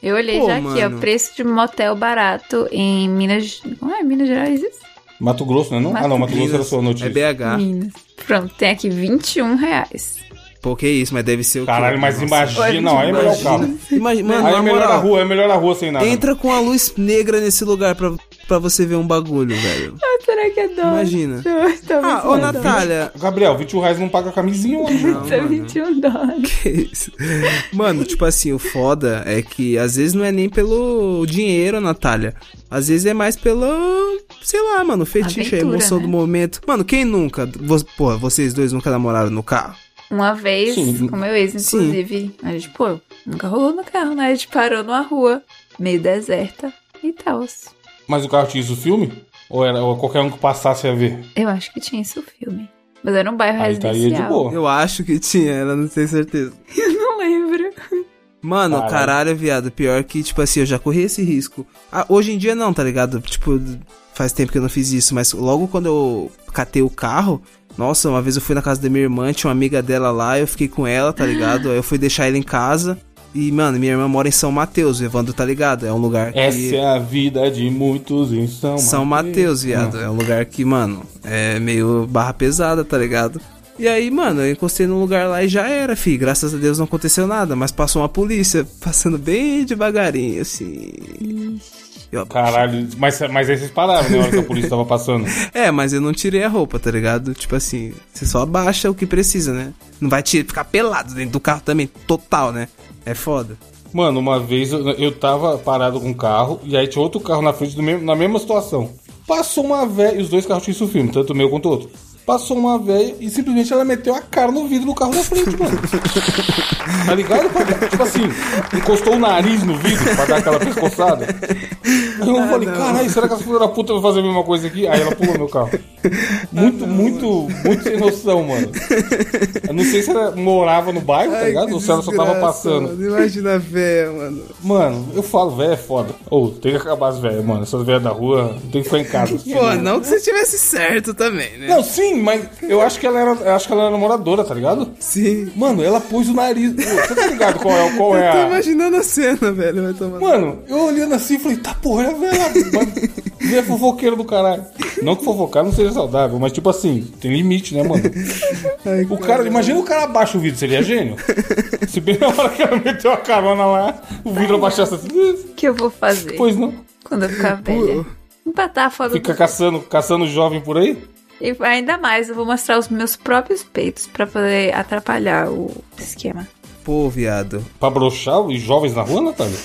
S2: Eu olhei
S3: Pô,
S2: já aqui,
S3: mano.
S2: ó. Preço de motel barato em Minas. Ah, é Minas Gerais isso?
S1: Mato Grosso, né? Não? ah, não, Mato Grosso era sua notícia.
S3: É BH.
S2: Minas. Pronto, tem aqui 21 reais.
S3: Pô, que isso, mas deve ser o
S1: Caralho,
S3: quê?
S1: mas
S3: Nossa,
S1: imagina,
S2: Olha,
S1: não, aí é melhor o carro.
S3: Imagina, imagina- mano,
S1: Aí é
S3: na
S1: melhor a
S3: né? moral,
S1: rua, é melhor a rua sem nada.
S3: entra com a luz negra nesse lugar pra, pra você ver um bagulho, velho.
S2: Ah, será que é dólar?
S3: Imagina. Ah, ô
S2: ô
S3: Natália,
S1: Gabriel, 21 reais não paga camisinha hoje.
S3: Não,
S2: Isso é
S3: mano.
S2: 21 dólares.
S3: Que isso? Mano, tipo assim, o foda é que às vezes não é nem pelo dinheiro, Natália. Às vezes é mais pelo, sei lá, mano, fetiche, a
S2: Aventura,
S3: emoção
S2: né?
S3: do momento. Mano, quem nunca? Vo- Porra, vocês dois nunca namoraram no carro?
S2: Uma vez,
S1: Sim.
S2: com meu ex,
S3: Sim.
S2: inclusive, a gente, pô, nunca rolou no carro, né? A gente parou numa rua, meio deserta e tal.
S1: Mas o carro tinha isso o filme? Ou era ou qualquer um que passasse a ver?
S2: Eu acho que tinha isso o filme. Mas era um bairro
S1: Aí tá aí é
S2: residencial.
S1: de boa.
S3: Eu acho que tinha, ela não tenho certeza.
S2: Eu não lembro.
S3: Mano,
S1: Caralho.
S3: caralho, viado. Pior que, tipo assim, eu já corri esse risco. Ah, hoje em dia não, tá ligado? Tipo, faz tempo que eu não fiz isso, mas logo quando eu catei o carro, nossa, uma vez eu fui na casa da minha irmã, tinha uma amiga dela lá, eu fiquei com ela, tá ligado? Aí eu fui deixar ela em casa. E, mano, minha irmã mora em São Mateus, o Evandro tá ligado? É um lugar que.
S1: Essa é a vida de muitos em São,
S3: São Mateus,
S1: Hum.
S3: viado. É um lugar que, mano, é meio barra pesada, tá ligado? E aí, mano, eu encostei num lugar lá e já era, fi. Graças a Deus não aconteceu nada, mas passou uma polícia, passando bem devagarinho, assim. Eu-
S1: Caralho, mas, mas aí vocês pararam na hora que a polícia tava passando.
S3: É, mas eu não tirei a roupa, tá ligado? Tipo assim, você só abaixa o que precisa, né? Não vai tirar, ficar pelado dentro do carro também, total, né? É foda.
S1: Mano, uma vez eu, eu tava parado com um carro e aí tinha outro carro na frente do mesmo, na mesma situação. Passou uma velha, e os dois carros tinham isso filme, tanto o meu quanto o outro. Passou uma velha e simplesmente ela meteu a cara no vidro do carro da frente, mano. Tá ligado? Pra dar- Tipo assim, encostou o nariz no vidro pra dar aquela pescoçada. Aí eu falei, caralho, será que essa filha da puta vai fazer a mesma coisa aqui? Aí ela pulou meu carro. Muito, muito, muito sem noção, mano. Eu não sei se ela morava no bairro, tá ligado? Ou se ela só tava passando.
S3: Imagina a véia, mano.
S1: Mano, eu falo, velho é foda. Ou tem que acabar as velhas, mano. Essas velhas da rua tem que ficar em casa.
S3: Pô, não que você tivesse certo também, né?
S1: Não, sim, mas eu acho que ela era, eu acho que ela era namoradora, tá ligado?
S3: Sim.
S1: Mano, ela pôs o nariz. Ô, Você tá ligado qual é, qual é
S3: Eu tô
S1: a.
S3: imaginando a cena, velho. Vai tomar.
S1: Mano, eu olhando assim falei, tá porra, é a velha. mano. Velha fofoqueira do caralho. Não que fofocar não seja saudável, mas tipo assim, tem limite, né, mano?
S3: Ai,
S1: O cara, imagina o cara abaixa o vidro, seria gênio. Se bem na hora que ela meteu a carona lá, o vidro abaixasse assim.
S2: O que eu vou fazer
S1: Pois não.
S2: quando eu ficar velha? Empatar a foda
S1: Fica
S2: do-
S1: caçando, caçando jovem por aí?
S2: E ainda mais, eu vou mostrar os meus próprios peitos pra poder atrapalhar o esquema.
S3: Pô, viado.
S1: Pra broxar os jovens na rua, Natália?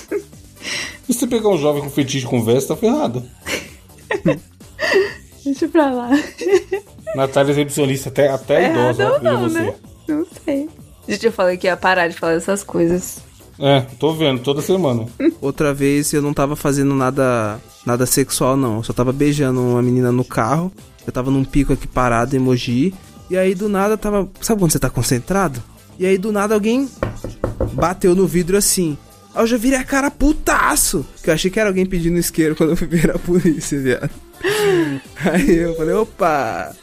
S1: E se pegar um jovem com fetiche com veste, tá ferrado.
S2: Deixa pra lá.
S1: Natália é exibicionista, até, até
S2: É Errado
S1: idosa. ó,
S2: ou
S1: veja
S2: não,
S1: você.
S2: né? Não sei. Gente, eu falei que ia parar de falar dessas coisas.
S1: É, tô vendo, toda semana.
S3: Outra vez eu não tava fazendo nada nada sexual, não. Eu só tava beijando uma menina no carro. Eu tava num pico aqui parado, emoji. E aí do nada tava. Sabe quando você tá concentrado? E aí do nada alguém bateu no vidro assim. Aí eu já virei a cara putaço. Que eu achei que era alguém pedindo isqueiro quando eu fui ver a polícia, viado. Aí eu falei, opa!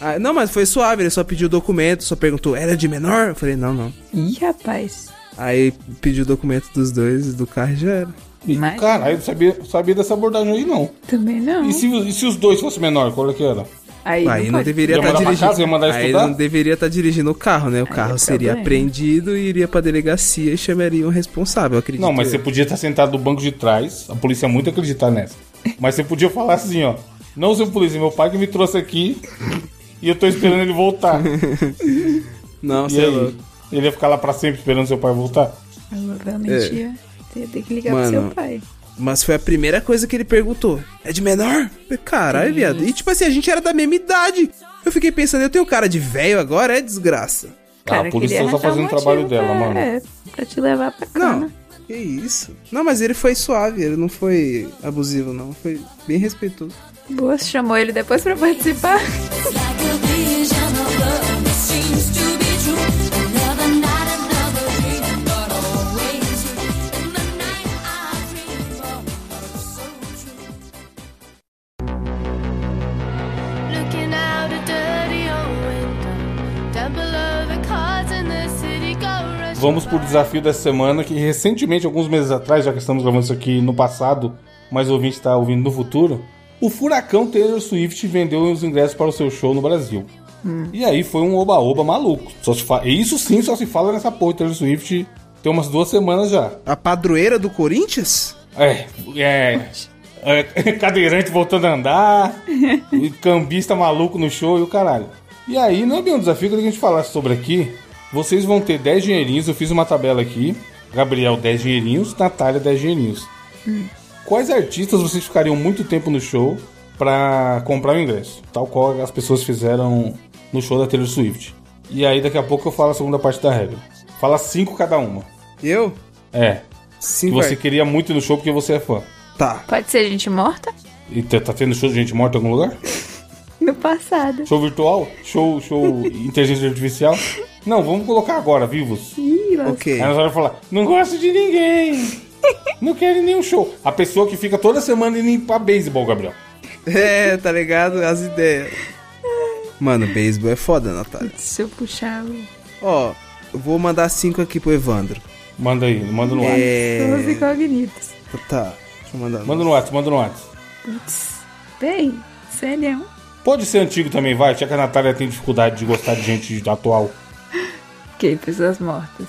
S3: Aí- não, mas foi suave, ele só pediu o documento, só perguntou, era de menor? Eu falei, não, não.
S2: Ih, rapaz.
S3: Aí pediu o documento dos dois, do carro e já era.
S1: E,
S2: Mas-
S1: Caralho, não sabia, sabia dessa abordagem aí, não.
S2: Também não.
S1: E se, e se os dois fossem menor, qual é que era?
S2: Aí,
S3: Aí não
S2: pode.
S3: deveria
S1: Ia
S3: estar
S1: mandar pra
S3: dirigindo.
S1: casa, ia mandar
S3: Aí
S1: estudar?
S3: não deveria estar dirigindo o carro, né? O carro
S2: é
S3: seria
S2: problema.
S3: apreendido e iria pra delegacia e chamaria um responsável, eu acredito.
S1: Não, mas você
S3: eu.
S1: podia estar sentado no banco de trás. A polícia é muito acreditar nessa. Mas você podia falar assim, ó. Não, seu polícia, meu pai que me trouxe aqui e eu tô esperando ele voltar.
S3: Não, é
S1: E
S2: é
S3: sei lá.
S1: aí? Ele ia ficar lá pra sempre esperando seu pai voltar? Ah,
S2: Eu realmente
S1: É.
S2: ia ter- ter que ligar pro
S3: Mano,
S2: seu pai.
S3: Mas foi a primeira coisa que ele perguntou. É de menor? Eu falei, Caralho, viado. E tipo assim, a gente era da mesma idade. Eu fiquei pensando, eu tenho cara de velho agora? É desgraça.
S1: Ah, a polícia
S2: queria
S1: só
S2: arranjar
S1: fazendo
S2: um
S1: o trabalho
S2: motivo
S1: dela,
S2: pra-
S1: mano.
S2: É, pra te levar pra
S3: Não.
S2: cama.
S3: Que isso? Não, mas ele foi suave, ele não foi abusivo, não. Foi bem respeitoso.
S2: Boa, chamou ele depois pra participar.
S4: Looking out a dirty old window, down below the cars in the city go rushing
S1: Vamos pro desafio dessa semana, que recentemente, alguns meses atrás, já que estamos gravando isso aqui no passado, mas o ouvinte está ouvindo no futuro, o furacão Taylor Swift vendeu os ingressos para o seu show no Brasil. E aí foi um oba-oba maluco. Só se fa- Isso sim só se fala nessa porra de Taylor Swift tem umas duas semanas já.
S3: A padroeira do Corinthians?
S1: É, é, é, cadeirante voltando a andar, e cambista maluco no show e o caralho. E aí, não é bem um desafio que a gente falar sobre aqui. Vocês vão ter 10 dinheirinhos, eu fiz uma tabela aqui. Gabriel 10 dinheirinhos, Natália 10 dinheirinhos.
S3: Hum.
S1: Quais artistas vocês ficariam muito tempo no show pra comprar o ingresso? Tal qual as pessoas fizeram no show da Taylor Swift. E aí daqui a pouco eu falo a segunda parte da regra. Fala 5 cada uma.
S3: Eu?
S1: É. Que
S3: Sim,
S1: você
S3: vai.
S1: queria muito ir no show porque você é fã.
S3: Tá.
S2: Pode ser gente morta?
S1: E tá tá tendo show de gente morta em algum lugar?
S2: No passado.
S1: Show virtual? Show, show inteligência artificial? Não, vamos colocar agora, vivos.
S2: Ih, lascou.
S3: Ok.
S1: Aí nós vamos falar, não gosto de ninguém. Não quero ir em nenhum show. A pessoa que fica toda semana indo pra beisebol, Gabriel.
S3: É, tá ligado? As ideias. Mano, beisebol é foda, Natália.
S2: Se eu puxar o...
S3: Ó, eu vou mandar cinco aqui pro Evandro.
S1: Manda aí, manda no WhatsApp.
S3: É.
S2: os incógnitos.
S3: Tá, deixa eu mandar.
S1: Manda no WhatsApp, manda no WhatsApp.
S2: Putz, bem, é um sério.
S1: Pode ser antigo também, vai, já que a Natália tem dificuldade de gostar de gente atual.
S2: Ok, pessoas mortas.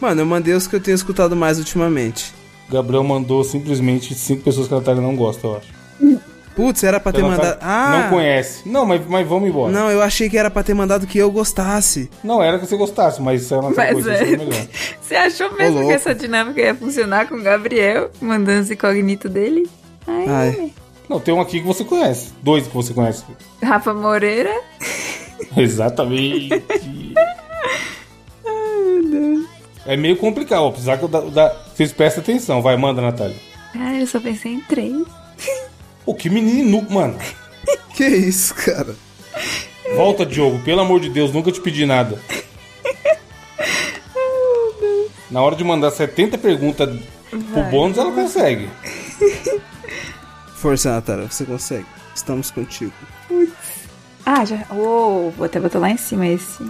S3: Mano, eu mandei os que eu tenho escutado mais ultimamente.
S1: Gabriel mandou simplesmente cinco pessoas que a Natália não gosta, eu acho.
S3: Putz, era pra
S1: Que
S3: ter
S1: a Natália
S3: mandado. Ah!
S1: Não conhece. Não, mas, mas vamos embora. Não.
S3: Não, eu achei que era pra ter mandado que eu gostasse.
S1: era que você gostasse, mas se a Natália
S2: Mas
S1: conhecesse,
S2: é.
S1: seria melhor.
S2: Você achou mesmo
S3: louco.
S2: que essa dinâmica ia funcionar com o Gabriel mandando os incógnitos dele? Ai. né?
S3: Ai.
S1: Não, tem um aqui que você conhece. Dois que você conhece.
S2: Rafa Moreira?
S1: Exatamente. É meio complicado, ó, precisar que eu da, da- vocês prestem atenção. Vai, manda, Natália.
S2: Ah, eu só pensei em três.
S1: Pô, que menino, nu- mano.
S3: Que isso, cara?
S1: Volta, Diogo, pelo amor de Deus, nunca te pedi nada. Na hora de mandar 70 perguntas pro bônus, ela consegue.
S3: Força, Natália, você consegue. Estamos contigo.
S2: Ah, já. Uou, vou até botar lá em cima esse.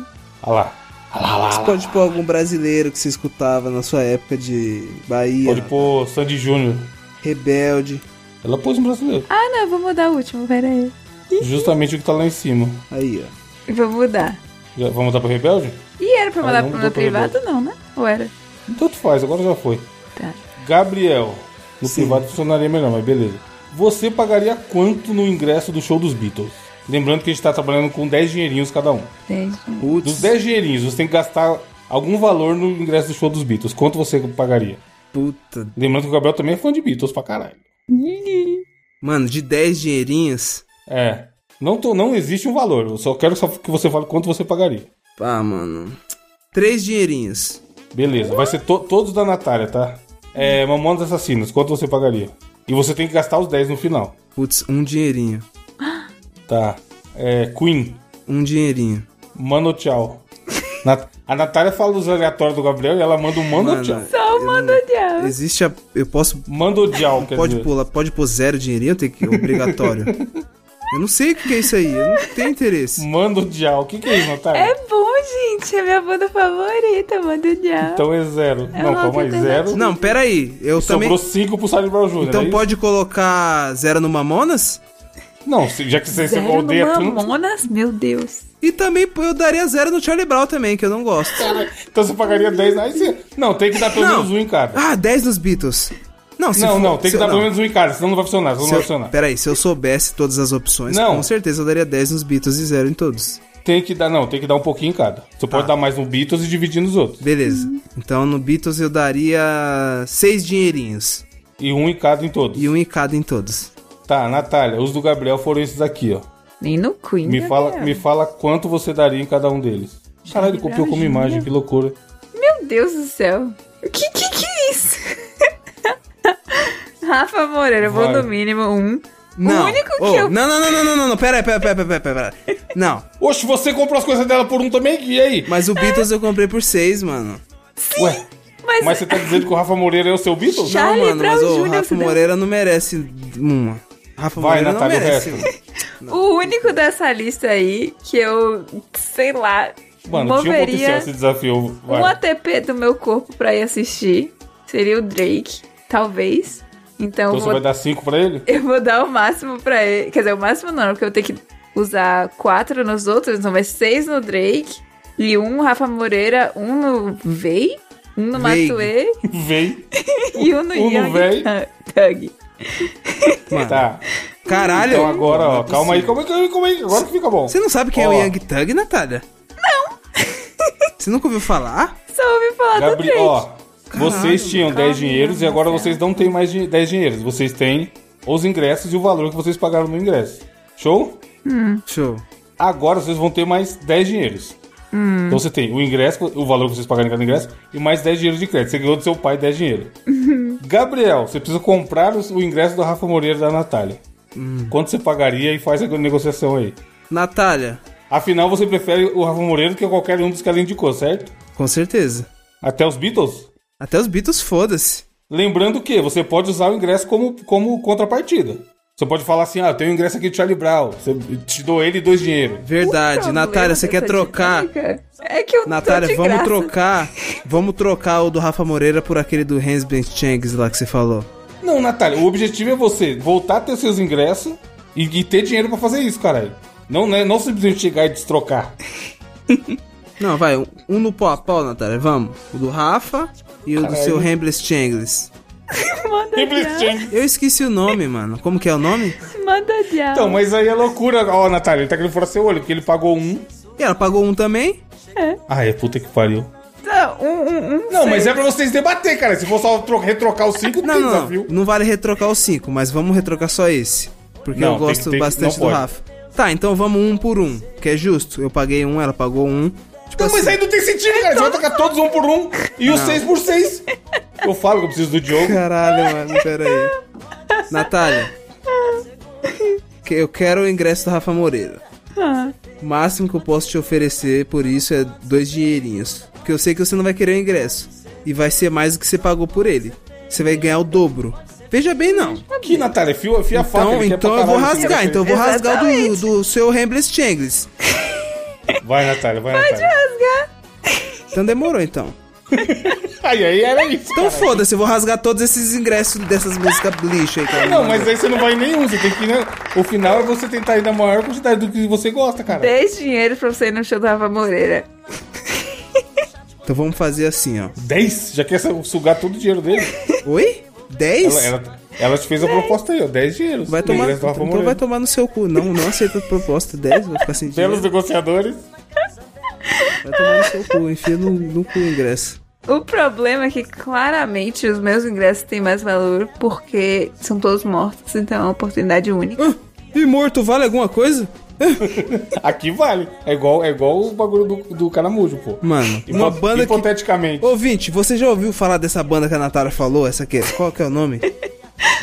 S1: Olha lá. Olha lá, olha lá.
S3: Você pode pôr algum brasileiro que você escutava na sua época de Bahia,
S1: Pode pôr Sandy Júnior.
S3: Rebelde.
S1: Ela pôs um brasileiro.
S2: Ah, não, eu vou mudar o último, pera aí.
S1: Justamente o que tá lá em cima.
S3: Aí, ó.
S2: Eu Vou mudar.
S1: Já- Vamos dar pro Rebelde?
S2: E era pra
S1: Ah,
S2: mandar
S1: não
S2: pro
S1: mudou
S2: meu
S1: pra ele.
S2: privado, não, né? Ou era?
S1: Tanto Então faz, agora já foi.
S2: Tá.
S1: Gabriel, no
S3: Sim.
S1: privado funcionaria melhor, mas beleza. Você pagaria quanto no ingresso do show dos Beatles? Lembrando que a gente tá trabalhando com 10 dinheirinhos cada um.
S2: Desde...
S1: Dos
S3: Putz,
S1: 10 dinheirinhos, você tem que gastar algum valor no ingresso do show dos Beatles. Quanto você pagaria?
S3: puta.
S1: Lembrando que o Gabriel também é fã de Beatles pra caralho.
S3: Mano, de 10 dinheirinhos.
S1: É. Não, tô- não existe um valor. Eu só quero só que você fale quanto você pagaria.
S3: Ah, mano. 3 dinheirinhos.
S1: Beleza. Vai ser to- todos da Natália, tá? É, Mamonas Assassinas, quanto você pagaria? E você tem que gastar os 10 no final.
S3: Putz, um dinheirinho.
S1: Tá. É, Queen,
S3: Um dinheirinho.
S1: Mano, tchau. Na- A Natália fala dos aleatórios do Gabriel e ela manda um mano,
S3: Mano,
S1: tchau.
S2: Só
S3: eu
S2: manda
S3: não-
S2: diabo.
S3: Existe a. Eu posso.
S1: Manda o tchau, quer
S3: Pode
S1: dizer.
S3: pôr, pode pôr zero dinheirinho? Tem que obrigatório. eu não sei o que que é isso aí. Eu não tenho interesse.
S1: Manda o tchau. O que, que é isso, Natália?
S2: É bom, gente. É minha banda favorita, manda diabo.
S1: Então é zero. não,
S2: uma
S1: calma aí,
S2: alternativa.
S1: zero.
S3: Não, pera aí. Eu também.
S1: Sobrou cinco pro Charlie Brown Jr. um é
S3: Então
S1: isso?
S3: pode colocar zero no Mamonas?
S1: Não, se- já que você, você
S2: Zero
S1: odeia
S2: no
S1: tudo.
S2: Mamonas? Meu Deus.
S3: E também pô, eu daria zero no Charlie Brown também, que eu não gosto.
S1: Então você pagaria 10. Aí você... Não, tem que dar pelo
S3: Não.
S1: menos um em cada.
S3: Ah, 10 nos Beatles. Não, se
S1: não,
S3: for-
S1: não, tem
S3: se
S1: que
S3: eu-
S1: dar
S3: não.
S1: pelo menos um em cada, senão não vai funcionar. Senão não
S3: Se
S1: vai
S3: eu,
S1: funcionar.
S3: peraí, se eu soubesse todas as opções,
S1: Não.
S3: com certeza eu daria 10 nos Beatles e zero em todos.
S1: Tem que dar, não, tem que dar um pouquinho em cada. Você pode
S3: Tá.
S1: dar mais no Beatles e dividir nos outros.
S3: Beleza. Então no Beatles eu daria 6 dinheirinhos.
S1: E um em cada em todos.
S3: E um em cada em todos.
S1: Tá, Natália, os do Gabriel foram esses aqui, ó.
S2: Nem no Queen. né,
S1: Me
S2: Gabriel.
S1: fala, me fala quanto você daria em cada um deles. Caralho, ele copiou como imagem, que loucura.
S2: Meu Deus do céu. O que que, que é isso? Rafa Moreira, eu vou
S1: Vai.
S2: no mínimo um.
S3: Não.
S2: O único que
S3: Ô,
S2: eu.
S3: Não, não, não, não, não, não, não. Pera aí, pera, pera, pera, pera, pera. Não.
S1: Oxe, você comprou as coisas dela por um também? E aí?
S3: Mas o Beatles eu comprei por seis, mano.
S1: Ué,
S2: Mas,
S1: mas você tá dizendo que o Rafa Moreira é o seu Beatles?
S2: Já- Charlie
S3: não, mano,
S2: Brown
S3: mas o
S2: Jr.
S3: Rafa
S2: se deu.
S3: Moreira não merece uma. Rafa
S1: Vai,
S3: Moreira
S1: Natália, o
S3: não merece.
S1: resto.
S3: mano.
S2: o único dessa lista aí que eu, sei lá,
S1: Mano, tinha um potencial
S2: moveria
S1: esse desafio. Vai.
S2: um ATP do meu corpo pra ir assistir. Seria o Drake, talvez. Então,
S1: Então
S2: eu
S1: você vai
S2: vou,
S1: dar 5 pra ele?
S2: eu vou dar o máximo pra ele. Quer dizer, o máximo não, porque eu tenho que usar quatro nos outros, então vai seis no Drake e um no Rafa Moreira, um no Vei, um no
S3: Veig.
S2: Matuê
S1: Vem.
S2: e um no
S1: Um no
S2: Young
S1: Vei.
S2: Tu- Thug.
S3: Mano,
S1: Tá.
S3: Caralho.
S1: Então agora,
S3: Não é
S1: ó, calma aí, calma aí, calma aí, calma aí. Agora que fica bom.
S3: Você não sabe quem é
S1: Ó.
S3: o Young Thug, Natália? Não. Você nunca ouviu falar?
S2: Só ouvi falar do
S1: Gabriel,
S2: Drake.
S1: ó, vocês tinham 10 dinheiros e agora vocês não têm mais de 10 dinheiros. Vocês têm os ingressos e o valor que vocês pagaram no ingresso. Show?
S3: Show.
S1: Agora vocês vão ter mais 10 dinheiros. Então você tem o ingresso, o valor que vocês pagaram em cada ingresso e mais 10 dinheiros de crédito. Você ganhou do seu pai 10 dinheiro. Gabriel, você precisa comprar o o ingresso do Rafa Moreira e da Natália. Quanto você pagaria e faz a negociação aí?
S3: Natália,
S1: Afinal, você prefere o Rafa Moreira do que qualquer um dos que ela indicou, certo?
S3: com certeza.
S1: Até os Beatles?
S3: Até os Beatles, foda-se.
S1: Lembrando que você pode usar o ingresso como, como contrapartida. Você pode falar assim, ah, eu tenho o ingresso aqui de Charlie Brown. Você, te dou ele e dois dinheiro.
S2: O
S3: Verdade.
S2: problema
S3: Natália, você quer
S2: dessa
S3: trocar?
S2: dinâmica É que eu
S3: Natália,
S2: tô de
S3: vamos
S2: graça.
S3: trocar. Vamos trocar o do Rafa Moreira por aquele do Hans Ben Changs lá que você falou.
S1: Não, Natália, o objetivo é você voltar a ter seus ingressos e, e ter dinheiro pra fazer isso, caralho. Não, né, não simplesmente chegar e destrocar.
S3: Não, vai, um, um no pau a pau, Natália, vamos. O do Rafa e o do
S1: Caralho.
S3: seu Hambles Changs.
S2: Manda
S1: Simples
S2: já,
S1: change.
S3: Eu esqueci o nome, mano. Como que é o nome?
S2: manda já.
S1: Então, mas aí é loucura. Ó, Natália, ele tá querendo furar seu olho, porque ele pagou um.
S3: E ela pagou um também?
S1: Ai, é puta que pariu.
S2: Tá, um, um, um
S1: Não,
S2: sei.
S1: mas é pra vocês debater, cara. Se for só tro- retrocar os cinco,
S3: Não,
S1: tem
S3: não, não.
S1: desafio.
S3: Não vale retrocar os cinco, mas vamos retrocar só esse. Porque
S1: Não,
S3: eu
S1: tem
S3: gosto
S1: que- tem que-
S3: bastante
S1: não
S3: do
S1: pode.
S3: Rafa. Tá, então vamos um por um, que é justo. Eu paguei um, ela pagou um. Tipo
S1: Não, mas é
S3: assim,
S1: aí não tem sentido, cara. Você vai tocar todos um por um e os seis por seis. Eu falo que eu preciso do Diogo.
S3: Caralho, mano, peraí. Natália. que- Eu quero o ingresso do Rafa Moreira.
S2: Ah,
S3: O máximo que eu posso te oferecer por isso é dois dinheirinhos. Porque eu sei que você não vai querer o ingresso. E vai ser mais do que você pagou por ele. Você vai ganhar o dobro. Veja bem, não.
S1: Que Natália, fia, fia a faca.
S3: Então,
S1: ele quer
S3: então
S1: pra
S3: eu vou
S1: caralho,
S3: rasgar.
S1: cara.
S3: Então eu vou rasgar o do,
S2: Exatamente.
S3: do seu Rambles Changles.
S1: Vai, Natália, vai, Natália.
S2: rasgar.
S3: Então demorou, então.
S1: Aí, aí era isso.
S3: Então
S1: cara.
S3: foda-se, eu vou rasgar todos esses ingressos dessas músicas lixo aí. Cara.
S1: Não, mas é- aí você não vai em nenhum. Você tem que ir, né? O final é você tentar ir na maior quantidade do que você gosta, cara.
S2: 10 dinheiros pra você ir no show da Rafa Moreira.
S3: Então vamos fazer assim, ó.
S1: 10? Já quer sa- sugar todo o dinheiro dele?
S3: Oi? 10?
S1: Ela, ela, ela te fez a proposta aí, ó. 10 dinheiros.
S3: Vai
S1: O
S3: tomar,
S1: ingresso do Rafa
S3: então
S1: Moreira.
S3: vai tomar no seu cu. Não, não aceita a proposta 10, vai ficar sem
S1: Belos
S3: dinheiro.
S1: negociadores.
S3: Vai tomar no seu cu, enfia no, no cu o ingresso.
S2: O problema é que claramente os meus ingressos têm mais valor porque são todos mortos, então é uma oportunidade única.
S3: Ah, e morto vale alguma coisa?
S1: Aqui vale. É igual, é igual o bagulho do, do caramujo, pô.
S3: Mano,
S1: Hipo-
S3: uma banda que...
S1: Hipoteticamente.
S3: Ouvinte, você já ouviu falar dessa banda que a Natália falou? Essa aqui, qual que é o nome?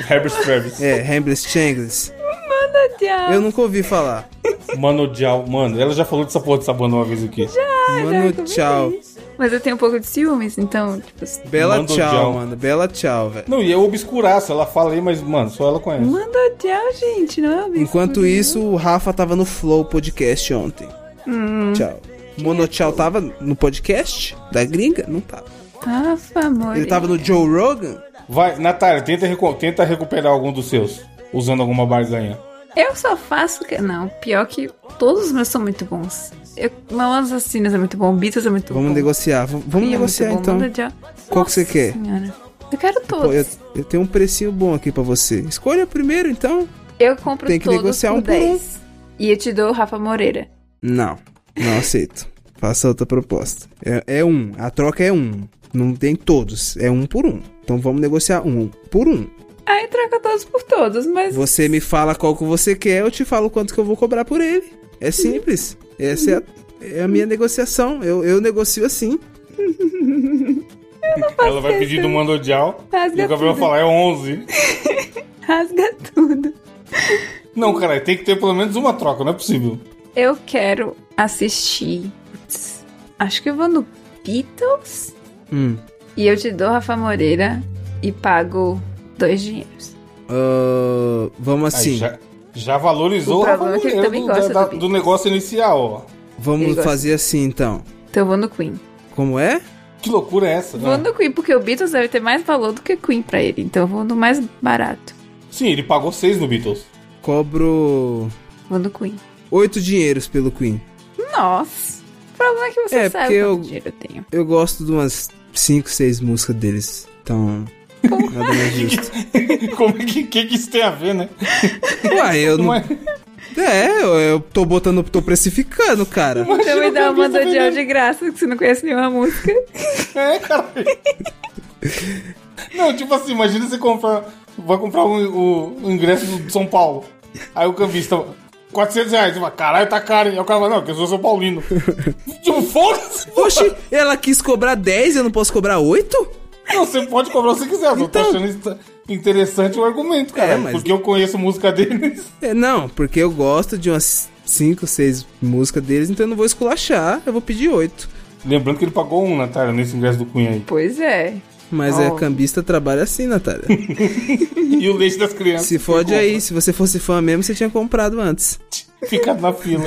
S1: Herbert Travis.
S3: É, Rambles Changles.
S2: Manda já.
S3: Eu nunca ouvi falar.
S1: Mano, Dial, mano, ela já falou dessa porra dessa banda uma vez aqui.
S2: Ah, já,
S3: Mano,
S2: tô bem
S3: tchau.
S2: Mas eu tenho um pouco de ciúmes, então, tipo,
S3: Bela
S1: Manda o
S3: tchau,
S1: tchau.
S3: mano. Bela tchau, velho.
S1: Não, e é obscuraço, ela fala aí, mas, mano, só ela conhece.
S2: manda tchau, gente, não é amigo?
S3: Enquanto isso, o Rafa tava no Flow Podcast ontem. Tchau. Mono Tchau tava no podcast da gringa? Não tava.
S2: Rafa Moreira.
S3: Ele tava no Joe Rogan?
S1: Vai, Natália, tenta, recu- tenta recuperar algum dos seus, usando alguma barganha.
S2: Eu só faço. Que... Não, pior que todos os meus são muito bons. Eu... Mamonas Assassinas é muito bom, Beatles é muito
S3: Então Vamos
S2: bom.
S3: negociar. v- Vamos
S2: Queen é muito
S3: negociar
S2: bom,
S3: então.
S2: Manda já.
S3: Qual que você
S2: Nossa
S3: quer?
S2: Senhora. Eu quero
S3: Pô,
S2: todos.
S3: eu,
S2: eu...
S3: eu tenho um precinho bom aqui pra você. Escolha primeiro, então.
S2: compro
S3: Tem que
S2: todos
S3: negociar
S2: por
S3: um por
S2: 10. E eu te dou o Rafa Moreira.
S3: Não, não aceito. Faça outra proposta. É, é um. A troca é um. Não tem todos. É um por um. Então vamos negociar um por um.
S2: Aí troca todos por todos, mas.
S3: Você me fala qual que você quer, eu te falo quanto que eu vou cobrar por ele.
S2: Uhum.
S3: É simples. Essa é a, é a minha negociação. Eu, eu negocio assim.
S1: Ela vai pedir do Mando Dial
S2: Rasga
S1: e o Gabriel
S2: tudo.
S1: falar, é 11.
S2: Rasga tudo.
S1: Não, cara, tem que ter pelo menos uma troca, não é possível.
S2: Eu quero assistir. Putz, acho que eu vou no Beatles
S3: Hum.
S2: e eu te dou Rafa Moreira e pago dois dinheiros.
S3: Ah, vamos
S1: Aí
S3: assim.
S1: já, já valorizou
S2: O
S1: o Rafa
S2: problema é que ele
S1: Moreira
S2: também
S1: do,
S2: gosta
S1: da-
S2: do
S1: do
S2: Beatles.
S1: negócio inicial, ó.
S3: Vamos
S2: Ele gosta.
S3: fazer assim então.
S2: Então eu vou no Queen.
S3: Como é?
S1: Que loucura é essa?
S2: Vou
S1: né?
S2: no Queen porque o Beatles deve ter mais valor do que Queen pra ele. Então eu vou no mais barato.
S1: Sim, ele pagou seis no Beatles.
S3: Cobro
S2: Vou no Queen.
S3: oito dinheiros pelo Queen.
S2: Nossa. O problema é que você
S3: É,
S2: sabe
S3: porque
S2: quanto
S3: eu-
S2: dinheiro eu tenho.
S3: Eu gosto de umas cinco, seis músicas deles. Então. Nada mais justo.
S1: Como é que, que, que isso tem a ver, né?
S3: Uai, eu não.
S1: Não é-
S3: É, eu, eu tô botando, tô precificando, cara.
S2: Então me dá
S1: o
S2: uma
S1: Beatles
S2: dodial de graça, que você não conhece nenhuma música.
S1: É, cara. Não, tipo assim, imagina você comprar, vai comprar um- o um, ingresso do São Paulo. Aí o cambista, 400 reais. Você fala, caralho, tá caro. hein?" Aí o cara fala, não, que eu sou São Paulino. tipo, foda-se.
S3: Oxi, ela quis cobrar 10 eu não posso cobrar 8?
S1: Não, você pode cobrar o que você quiser. Eu tô
S3: Então.
S1: achando isso interessante o argumento, cara.
S3: É, mas-
S1: Porque eu conheço música deles.
S3: É, não, porque eu gosto de umas 5, 6 músicas deles, então eu não vou esculachar, eu vou pedir 8.
S1: Lembrando que ele pagou um, Natália, nesse ingresso do Cunha aí.
S2: Pois é.
S3: Mas
S2: Oh.
S3: é cambista trabalha assim, Natália.
S1: E o leite das crianças.
S3: Se fode aí, se você fosse fã mesmo, você tinha comprado antes.
S1: Fica na fila.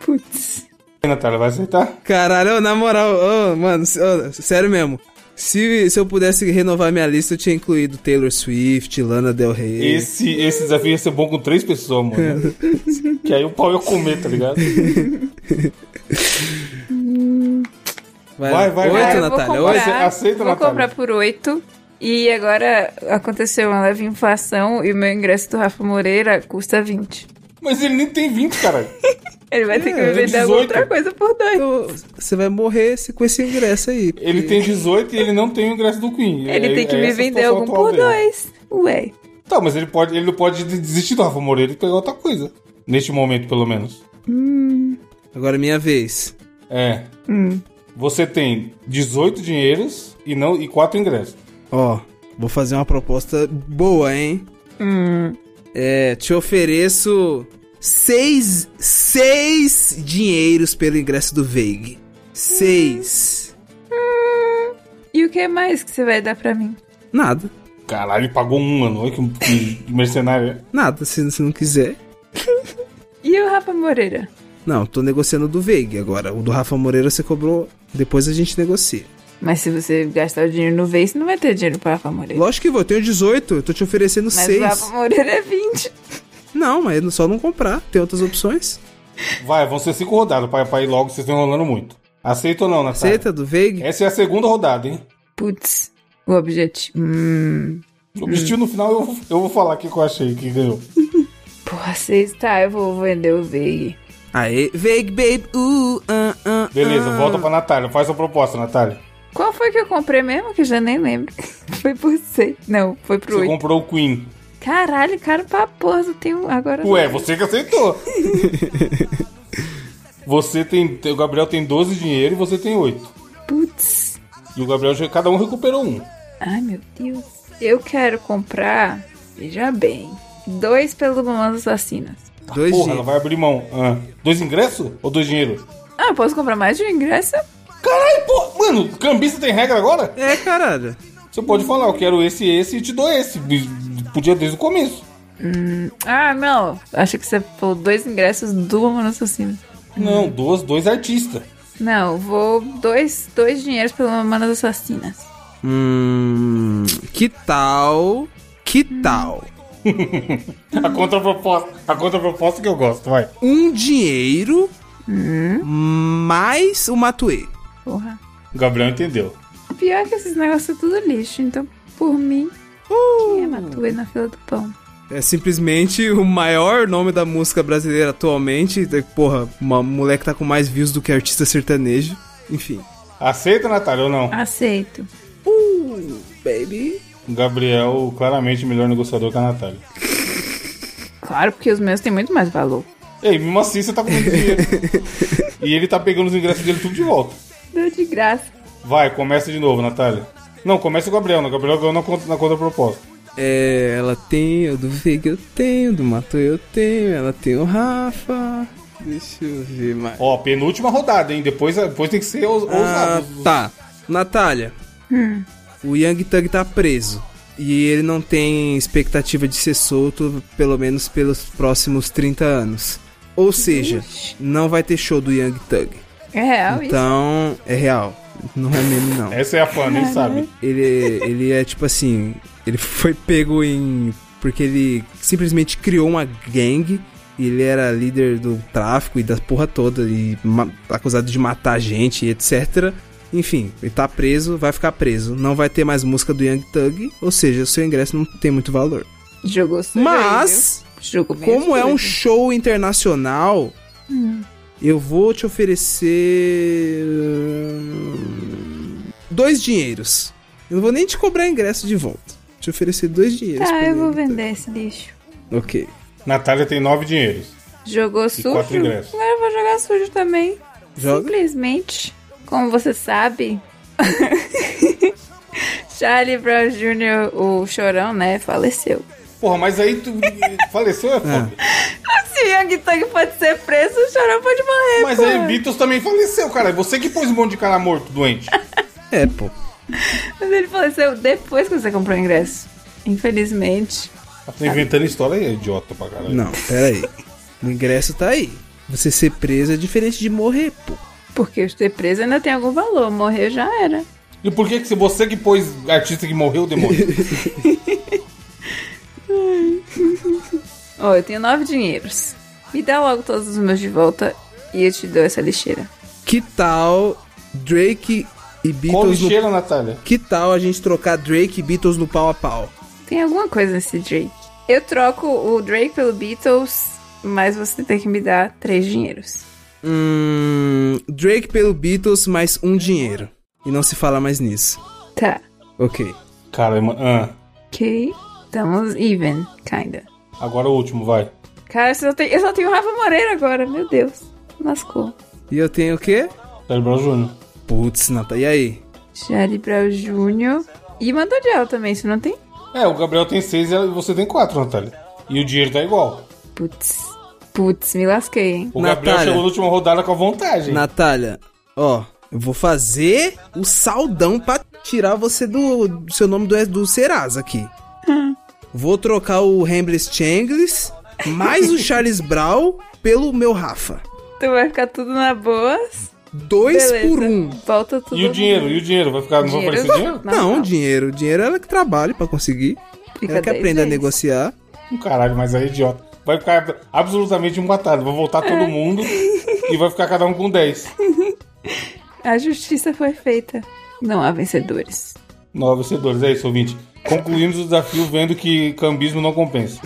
S2: Putz.
S1: E aí, Natália, vai aceitar?
S3: Caralho, ô, na moral, ô, mano, s- ô, sério mesmo. Se, se eu pudesse renovar minha lista, eu tinha incluído Taylor Swift, Lana Del Rey.
S1: Esse, esse desafio ia ser bom com três pessoas, mano. que aí o pau ia comer, tá ligado? Vai, vai,
S3: Oito,
S1: vai.
S2: É, eu vou
S3: Natália,
S2: comprar,
S3: oito.
S1: Você aceita,
S2: vou
S1: Natália?
S2: comprar por oito. E agora aconteceu uma leve inflação e o meu ingresso do Rafa Moreira custa 20.
S1: Mas ele nem tem 20, cara.
S2: Ele vai ter que me
S1: ele tem
S2: vender
S1: 18.
S2: alguma outra coisa por dois.
S3: Eu- Você vai morrer esse- com esse ingresso aí.
S1: Ele tem 18 e ele não tem o ingresso do Queen.
S2: Ele
S1: É-
S2: tem que
S1: é
S2: me
S1: essa a
S2: vender
S1: situação
S2: algum
S1: atual
S2: por
S1: dele.
S2: dois. Ué.
S1: Tá, mas ele, pode, ele não pode desistir do Rafa Moreira e pegar outra coisa. Neste momento, pelo menos.
S3: Agora é minha vez.
S1: É. Você tem 18 dinheiros e, não, e 4 ingressos.
S3: Ó, vou fazer uma proposta boa, hein?
S2: Hum.
S3: É, te ofereço seis, seis dinheiros pelo ingresso do Veig. Seis.
S2: E o que mais que você vai dar pra mim?
S3: Nada,
S1: Caralho, ele pagou um, mano. Olha que, que mercenário. é.
S3: nada, se, se não quiser.
S2: E o Rafa Moreira?
S3: Não, tô negociando o do Veig agora. O do Rafa Moreira você cobrou, depois a gente negocia.
S2: Mas se você gastar o dinheiro no Vez, não vai ter dinheiro pro Rafa
S1: É.
S2: Moreira.
S3: Lógico que vou, eu tenho 18, eu tô te oferecendo
S2: Mas
S3: seis.
S2: o Rafa Moreira é 20.
S3: Não, mas é só não comprar, tem outras opções.
S1: Vai, vão ser 5 rodadas pra, pra ir logo, vocês estão enrolando muito. Aceita ou não, Natália?
S3: Aceita do Veig?
S1: Essa é a segunda rodada, hein?
S2: Putz, o objetivo. Hum.
S1: O estilo no final eu, eu vou falar o que que eu achei que ganhou.
S2: Porra, seis. Tá, eu vou vender o Veig.
S3: Aê, Veig, babe, uh, uh, uh,
S1: Beleza,
S3: uh.
S1: volta pra Natália. Faz a proposta, Natália.
S2: Qual foi que eu comprei mesmo? Que eu já nem lembro. foi por seis. Não, foi pro
S1: Você
S2: oito.
S1: comprou o Queen.
S2: Caralho, caro pra porra, eu tenho agora.
S1: Ué, você que aceitou. você tem. O Gabriel tem 12 dinheiro e você tem 8.
S2: Putz.
S1: E o Gabriel, já- cada um recuperou um.
S2: Ai, meu Deus. Eu quero comprar, veja bem, dois pelo Mamas Assassinas.
S3: Dois
S1: Porra,
S3: dinheiros.
S1: ela vai abrir mão. Ah, dois ingressos ou dois dinheiro?
S2: Ah, eu posso comprar mais de um ingresso?
S1: Caralho, pô! Mano, cambista tem regra agora?
S3: É, caralho.
S1: Você pode falar, eu quero esse e esse e te dou esse. Podia desde o começo.
S2: Ah, não. Acho que você falou dois ingressos do Mamas Assassinas.
S1: Não, duas, dois artistas.
S2: Não, vou dois, dois dinheiros pelo Mamas Assassinas.
S3: Hum, que tal? Que tal?
S1: A contraproposta. A contraproposta que eu gosto, vai.
S3: Um dinheiro
S1: Hum.
S3: mais o Matuê.
S2: Porra.
S1: O Gabriel entendeu.
S2: Pior que esses negócios é tudo lixo, então por mim,
S3: Uh.
S1: Hum.
S2: quem é Matue na fila do pão?
S3: É simplesmente o maior nome da música brasileira atualmente. É, Porra, uma moleque tá com mais views do que artista sertanejo. Enfim.
S1: Aceita, Natália, ou não?
S2: Aceito.
S3: Uh, baby.
S1: O Gabriel, claramente, melhor negociador que a Natália.
S2: Claro, porque os meus têm muito mais valor.
S1: Ei, mesmo assim você tá comendo dinheiro. e ele tá pegando os ingressos dele tudo de volta.
S2: Deu de graça.
S1: Vai, começa de novo, Natália. Não, começa o Gabriel, né? O Gabriel ganhou na, conta, na contraproposta.
S3: É, ela tem, eu do Vig eu tenho, do Mato eu tenho, ela tem o Rafa. Deixa eu ver mais.
S1: Ó, penúltima rodada, hein? Depois, depois tem que ser os,
S3: Ah,
S1: ousados.
S3: tá. Natália. O Yang Tug tá preso. E ele não tem expectativa de ser solto, pelo menos pelos próximos 30 anos. Ou seja, não vai ter show do Yang Tug.
S2: É real isso?
S3: Então, é real. Não é meme, não.
S1: Essa é a fã, nem sabe.
S3: Ele, ele é tipo assim. Ele foi pego em. Porque ele simplesmente criou uma gangue. e Ele era líder do tráfico e da porra toda. E ma- acusado de matar gente e etc. Enfim, ele tá preso, vai ficar preso. Não vai ter mais música do Young Thug. Ou seja, o seu ingresso não tem muito valor.
S2: Jogou sujo
S3: Mas,
S2: aí, viu? Jogou meio
S3: como é um
S2: sujo.
S3: show internacional,
S2: Hum.
S3: eu vou te oferecer. hum, Dois dinheiros. Eu não vou nem te cobrar ingresso de volta. Te oferecer dois dinheiros.
S2: Tá,
S3: pra
S2: eu vou
S3: ele.
S2: vender esse lixo.
S3: Ok.
S1: Natália tem nove dinheiros.
S2: Jogou sujo?
S1: quatro ingressos.
S2: Agora eu vou jogar sujo também.
S3: Joga.
S2: Simplesmente, como você sabe, Charlie Brown Jr., o chorão, né, faleceu.
S1: Porra, mas aí tu faleceu, é foda.
S2: Se Assim, Young Thug pode ser preso, o chorão pode morrer.
S1: Mas
S2: pô.
S1: aí Beatles também faleceu, cara. É Você que pôs um monte de cara morto, doente.
S3: É, pô.
S2: Mas ele faleceu depois que você comprou o ingresso. Infelizmente.
S1: Tá inventando história aí, é idiota pra caralho.
S3: Não, peraí. O ingresso tá aí. Você ser preso é diferente de morrer, pô.
S2: Porque ser preso ainda tem algum valor. Morrer já era.
S1: E por que que se você que pôs artista que morreu, demônio?
S2: Ó, eu tenho nove dinheiros. Me dá logo todos os meus de volta e eu te dou essa lixeira.
S3: Que tal Drake e
S1: Qual
S3: Beatles no...
S1: lixeira, Natália?
S3: Que tal a gente trocar Drake e Beatles no pau a pau?
S2: Tem alguma coisa nesse Drake. Eu troco o Drake pelo Beatles, mas você tem que me dar três dinheiros.
S3: Hum, Drake pelo Beatles mais um dinheiro. E não se fala mais nisso.
S2: Tá.
S3: Ok.
S1: Cara, mano. ah,
S2: Ok. Estamos even, kinda.
S1: agora o último, vai.
S2: Cara, eu só, tenho, eu só tenho o Rafa Moreira agora, meu Deus. Lascou.
S3: E eu tenho o quê?
S1: Charlie Brown Jr.
S3: Putz, Nata, e aí?
S2: Charlie Brown Jr. E mandou de ela também, você não tem?
S1: É, o Gabriel tem seis e você tem quatro, Natália. E o dinheiro tá igual.
S2: Putz. Putz, me lasquei, hein?
S1: O Gabriel
S3: Natália.
S1: chegou na última rodada com a vontade.
S3: Natália, ó, eu vou fazer o saldão pra tirar você do, do seu nome do, do Serasa aqui. Vou trocar o Hambles Changles mais o Charles Brown pelo meu Rafa.
S2: Tu Então vai ficar tudo na boas.
S3: Dois
S2: Beleza.
S3: por um.
S2: Volta tudo.
S1: E o dinheiro? E o dinheiro? Vai ficar, não vai
S2: Dinheiro
S1: aparecer dinheiro?
S3: Não, dinheiro. Dinheiro é ela que trabalha pra conseguir.
S2: Fica
S3: ela que
S2: dez
S3: aprende a
S2: vezes.
S3: negociar.
S1: Um Caralho, mas aí é idiota. Vai ficar absolutamente empatado. Vai voltar todo mundo e vai ficar cada um com 10.
S2: A justiça foi feita. Não há vencedores.
S1: Nove vencedores. É isso, ouvinte. Concluímos o desafio vendo que cambismo não compensa.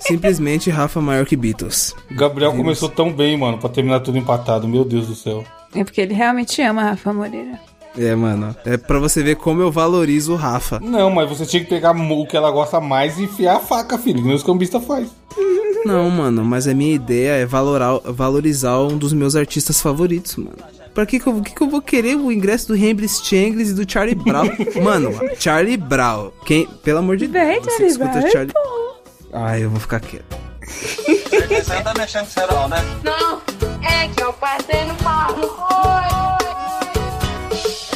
S3: Simplesmente Rafa maior que Beatles.
S1: Gabriel começou tão bem, mano, pra terminar tudo empatado. Meu Deus do céu.
S2: É porque ele realmente ama a Rafa Moreira.
S3: É, mano. É pra você ver como eu valorizo o Rafa.
S1: Não, mas você tinha que pegar o que ela gosta mais e enfiar a faca, filho. Que nem os cambistas faz.
S3: Não, mano, mas a minha ideia é valorar, valorizar um dos meus artistas favoritos, mano. Pra que que eu, que que eu vou querer o ingresso do Hembris Changles e do Charlie Brown? mano, Charlie Brown. Quem, pelo amor de Deus,
S2: Vem,
S3: você que
S2: Charlie
S3: escuta
S2: Brown, é
S3: Charlie... Ai, eu vou ficar quieto.
S5: Você não tá mexendo com cerol, né?
S6: Não, é que eu passei no carro.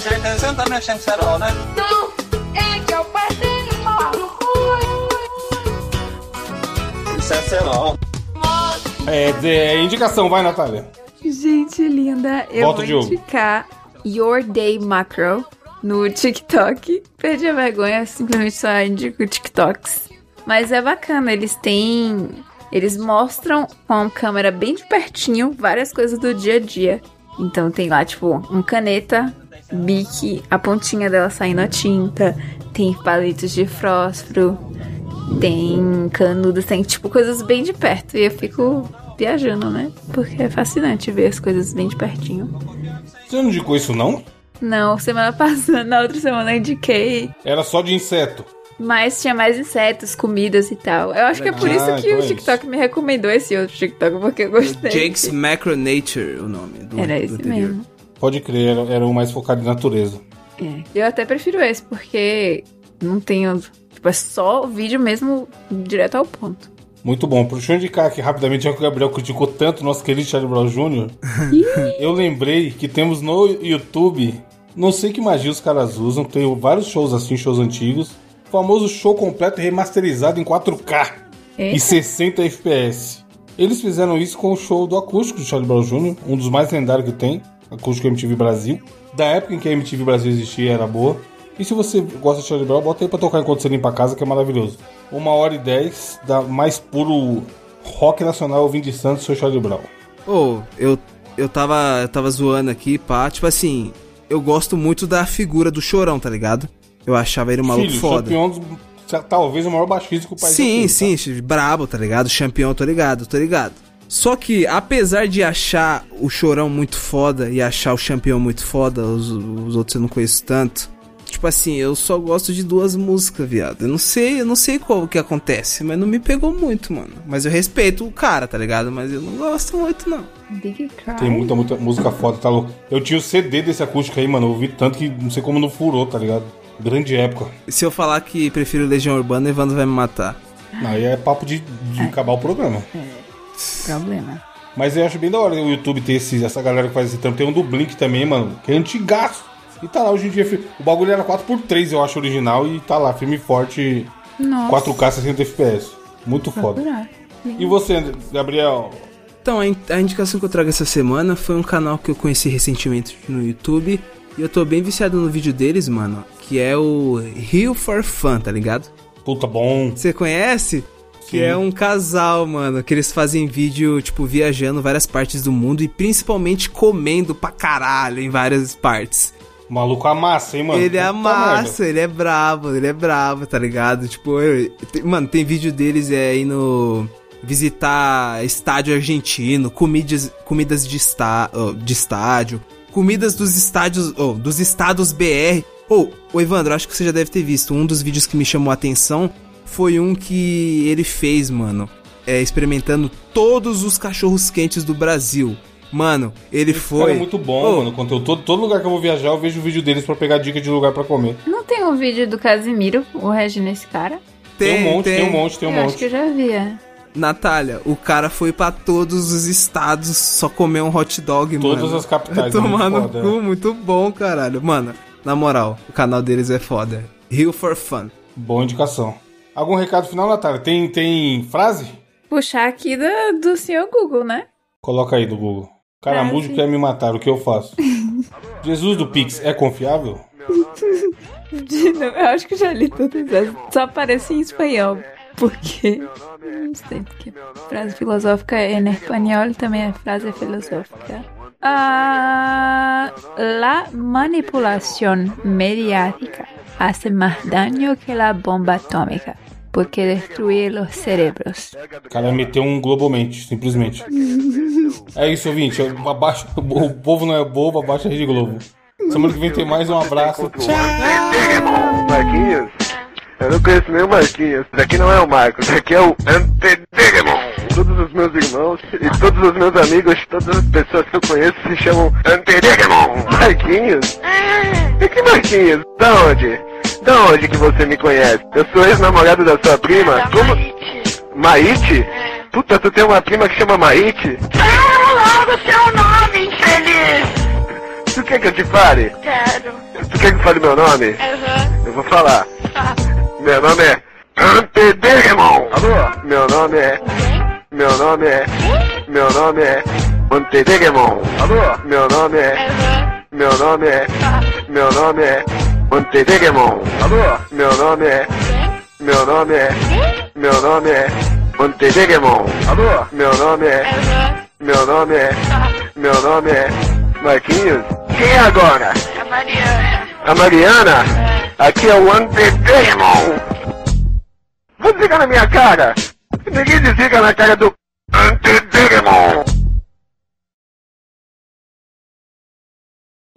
S5: Certeza que você não tá mexendo com cerol, né?
S6: Não, é que eu passei no carro.
S5: Isso é cerol.
S1: É, de- é indicação, vai, Natália.
S2: Gente linda, eu
S1: Volta,
S2: vou
S1: Diogo.
S2: indicar Your Day Macro no TikTok. Perdi a vergonha, simplesmente só indico TikToks. Mas é bacana, eles têm. Eles mostram com a câmera bem de pertinho várias coisas do dia a dia. Então tem lá, tipo, um caneta, bique, a pontinha dela saindo a tinta, tem palitos de fósforo, tem canudos, tem tipo coisas bem de perto. E eu fico viajando, né? Porque é fascinante ver as coisas bem de pertinho.
S1: Você não indicou isso, não?
S2: Não, semana passada, na outra semana eu indiquei,
S1: Era só de inseto.
S2: mas tinha mais insetos, comidas e tal. Eu acho que é por
S1: Ah,
S2: isso que
S1: então
S2: o
S1: é
S2: TikTok me recomendou esse outro TikTok, porque eu gostei.
S3: Jake's Macro Nature, o nome do
S2: Era
S3: do
S2: esse
S3: anterior.
S2: mesmo.
S1: Pode crer, era, era o mais focado em natureza.
S2: É. Eu até prefiro esse, porque não tem os- Tipo, é só o vídeo mesmo direto ao ponto.
S1: Muito bom. Pro show indicar aqui rapidamente, já que o Gabriel criticou tanto o nosso querido Charlie Brown Jr., eu lembrei que temos no YouTube, não sei que magia os caras usam, tem vários shows assim, shows antigos, o famoso show completo remasterizado em 4K e
S2: Eita.
S1: 60 FPS. Eles fizeram isso com o show do acústico do Charlie Brown Jr., um dos mais lendários que tem, acústico MTV Brasil. Da época em que a MTV Brasil existia, era boa. E se você gosta de Charlie Brown, bota aí pra tocar enquanto você limpa a casa, que é maravilhoso. Uma hora e dez, da mais puro rock nacional vindo de Santos, seu Charlie Brown.
S3: Ô, eu, eu, tava, eu tava zoando aqui, pá. Tipo assim, eu gosto muito da figura do chorão, tá ligado? Eu achava ele um maluco
S1: Filho,
S3: foda.
S1: campeão dos- talvez o maior baixista que o país já
S3: Sim,
S1: teve, tá?
S3: sim, chi- brabo, tá ligado? Champion, tô ligado, tô ligado. Só que, apesar de achar o Chorão muito foda e achar o Champion muito foda, os, os outros eu não conheço tanto. Tipo assim, eu só gosto de duas músicas, viado. Eu não sei, eu não sei qual que acontece, mas não me pegou muito, mano. Mas eu respeito o cara, tá ligado? Mas eu não gosto muito, não.
S2: Big Cry.
S1: Tem muita, muita música foda, tá louco? Eu tinha o CD desse acústico aí, mano. Eu ouvi tanto que não sei como não furou, tá ligado? Grande época.
S3: Se eu falar que prefiro Legião Urbana, Evandro vai me matar.
S1: Aí é papo de, de acabar o programa.
S3: É.
S2: Problema.
S1: Mas eu acho bem da hora o YouTube ter esse, essa galera que faz esse trampo. Tem um do Blink também, mano, que é antigaço. E tá lá hoje em dia. fi- O bagulho era 4x3, eu acho, original. E tá lá, firme e forte,
S2: Nossa.
S1: 4K 60 FPS. Muito
S3: Tá
S1: foda.
S2: Procurar.
S1: E você, Gabriel?
S3: Então, a in- a indicação que eu trago essa semana foi um canal que eu conheci recentemente no YouTube. E eu tô bem viciado no vídeo deles, mano. Que é o Rio for Fun, tá ligado?
S1: Puta, bom.
S3: Você conhece? Que
S1: Sim.
S3: é um casal, mano. Que eles fazem vídeo, tipo, viajando várias partes do mundo e principalmente comendo pra caralho em várias partes.
S1: O maluco amassa, hein, mano?
S3: ele
S1: Puta
S3: amassa, ele é brabo, ele é brabo, tá ligado? Tipo, eu- tem- mano, tem vídeo deles é indo visitar estádio argentino, comidas, comidas de, está, ó, de estádio, comidas dos estádios, ó, dos estados BR. Ô, ô, Evandro, acho que você já deve ter visto. Um dos vídeos que me chamou a atenção foi um que ele fez, mano. É, experimentando todos os cachorros quentes do Brasil. Mano, ele
S1: Esse
S3: foi.
S1: cara é muito bom,
S3: Ô,
S1: mano. o Conteúdo, todo, todo lugar que eu vou viajar, eu vejo o vídeo deles pra pegar dica de lugar pra comer.
S2: Não tem um vídeo do Casimiro, o Regina esse cara?
S1: Tem, um monte, tem, um monte, tem um
S2: eu
S1: monte.
S2: acho que eu já via.
S3: Natália, o cara foi pra todos os estados só comer um hot dog,
S1: Todas
S3: mano.
S1: as capitais.
S3: Tomando
S1: muito foda, né?
S3: cu, muito bom, caralho. Mano, na moral, o canal deles é foda. Rio for Fun.
S1: Boa indicação. Algum recado final, Natália? Tem, tem frase?
S2: Puxar aqui do, do senhor Google, né?
S1: Coloca aí do Google. Caramujo
S2: Frase.
S1: quer me matar, o que eu faço? Jesus do Pix é confiável?
S2: De- não, eu acho que eu já li todas essas. Só aparece em espanhol. Porque. Não sei porque. Frase filosófica é em espanhol também é frase filosófica. Ah, la manipulación mediática hace más daño que la bomba atómica. Porque destruye los cerebros.
S1: O cara meteu um globalmente, simplesmente. É isso, ouvinte. Eu- Abaixa, o povo não é bobo, abaixa a Rede Globo. Semana que vem tem mais um abraço.
S7: Marquinhos? Eu não conheço nenhum Marquinhos. Daqui não é o Marcos, daqui é o Antedegemon. Todos os meus irmãos e todos os meus amigos, todas as pessoas que eu conheço se chamam Antedegemon. Marquinhos? E que Marquinhos? Da onde? Da onde que você me conhece? Eu sou ex-namorado da sua prima. Como? Maite? Puta, tu tem uma prima que chama Maite?
S6: logo seu nome, infeliz!
S7: Tu quer que eu te fale?
S6: Quero.
S7: Tu quer que eu fale meu nome?
S6: Aham.
S7: Eu vou falar. Meu nome é Antedegemon. Alô? Meu nome é. Meu nome é. Meu nome é. Antedegemon. Alô? Meu nome é.
S6: Aham.
S7: Meu nome é. Meu nome é. Antedegemon. Alô? Meu nome é. Meu nome é. Meu nome é. Antedegemon. Alô? Meu nome é.
S6: Aham.
S7: Meu nome é. Meu nome é. Marquinhos? Quem é agora?
S6: A Mariana.
S7: A Mariana? Aqui é o Antedemon! Vou desligar na minha cara! Ninguém desliga na cara do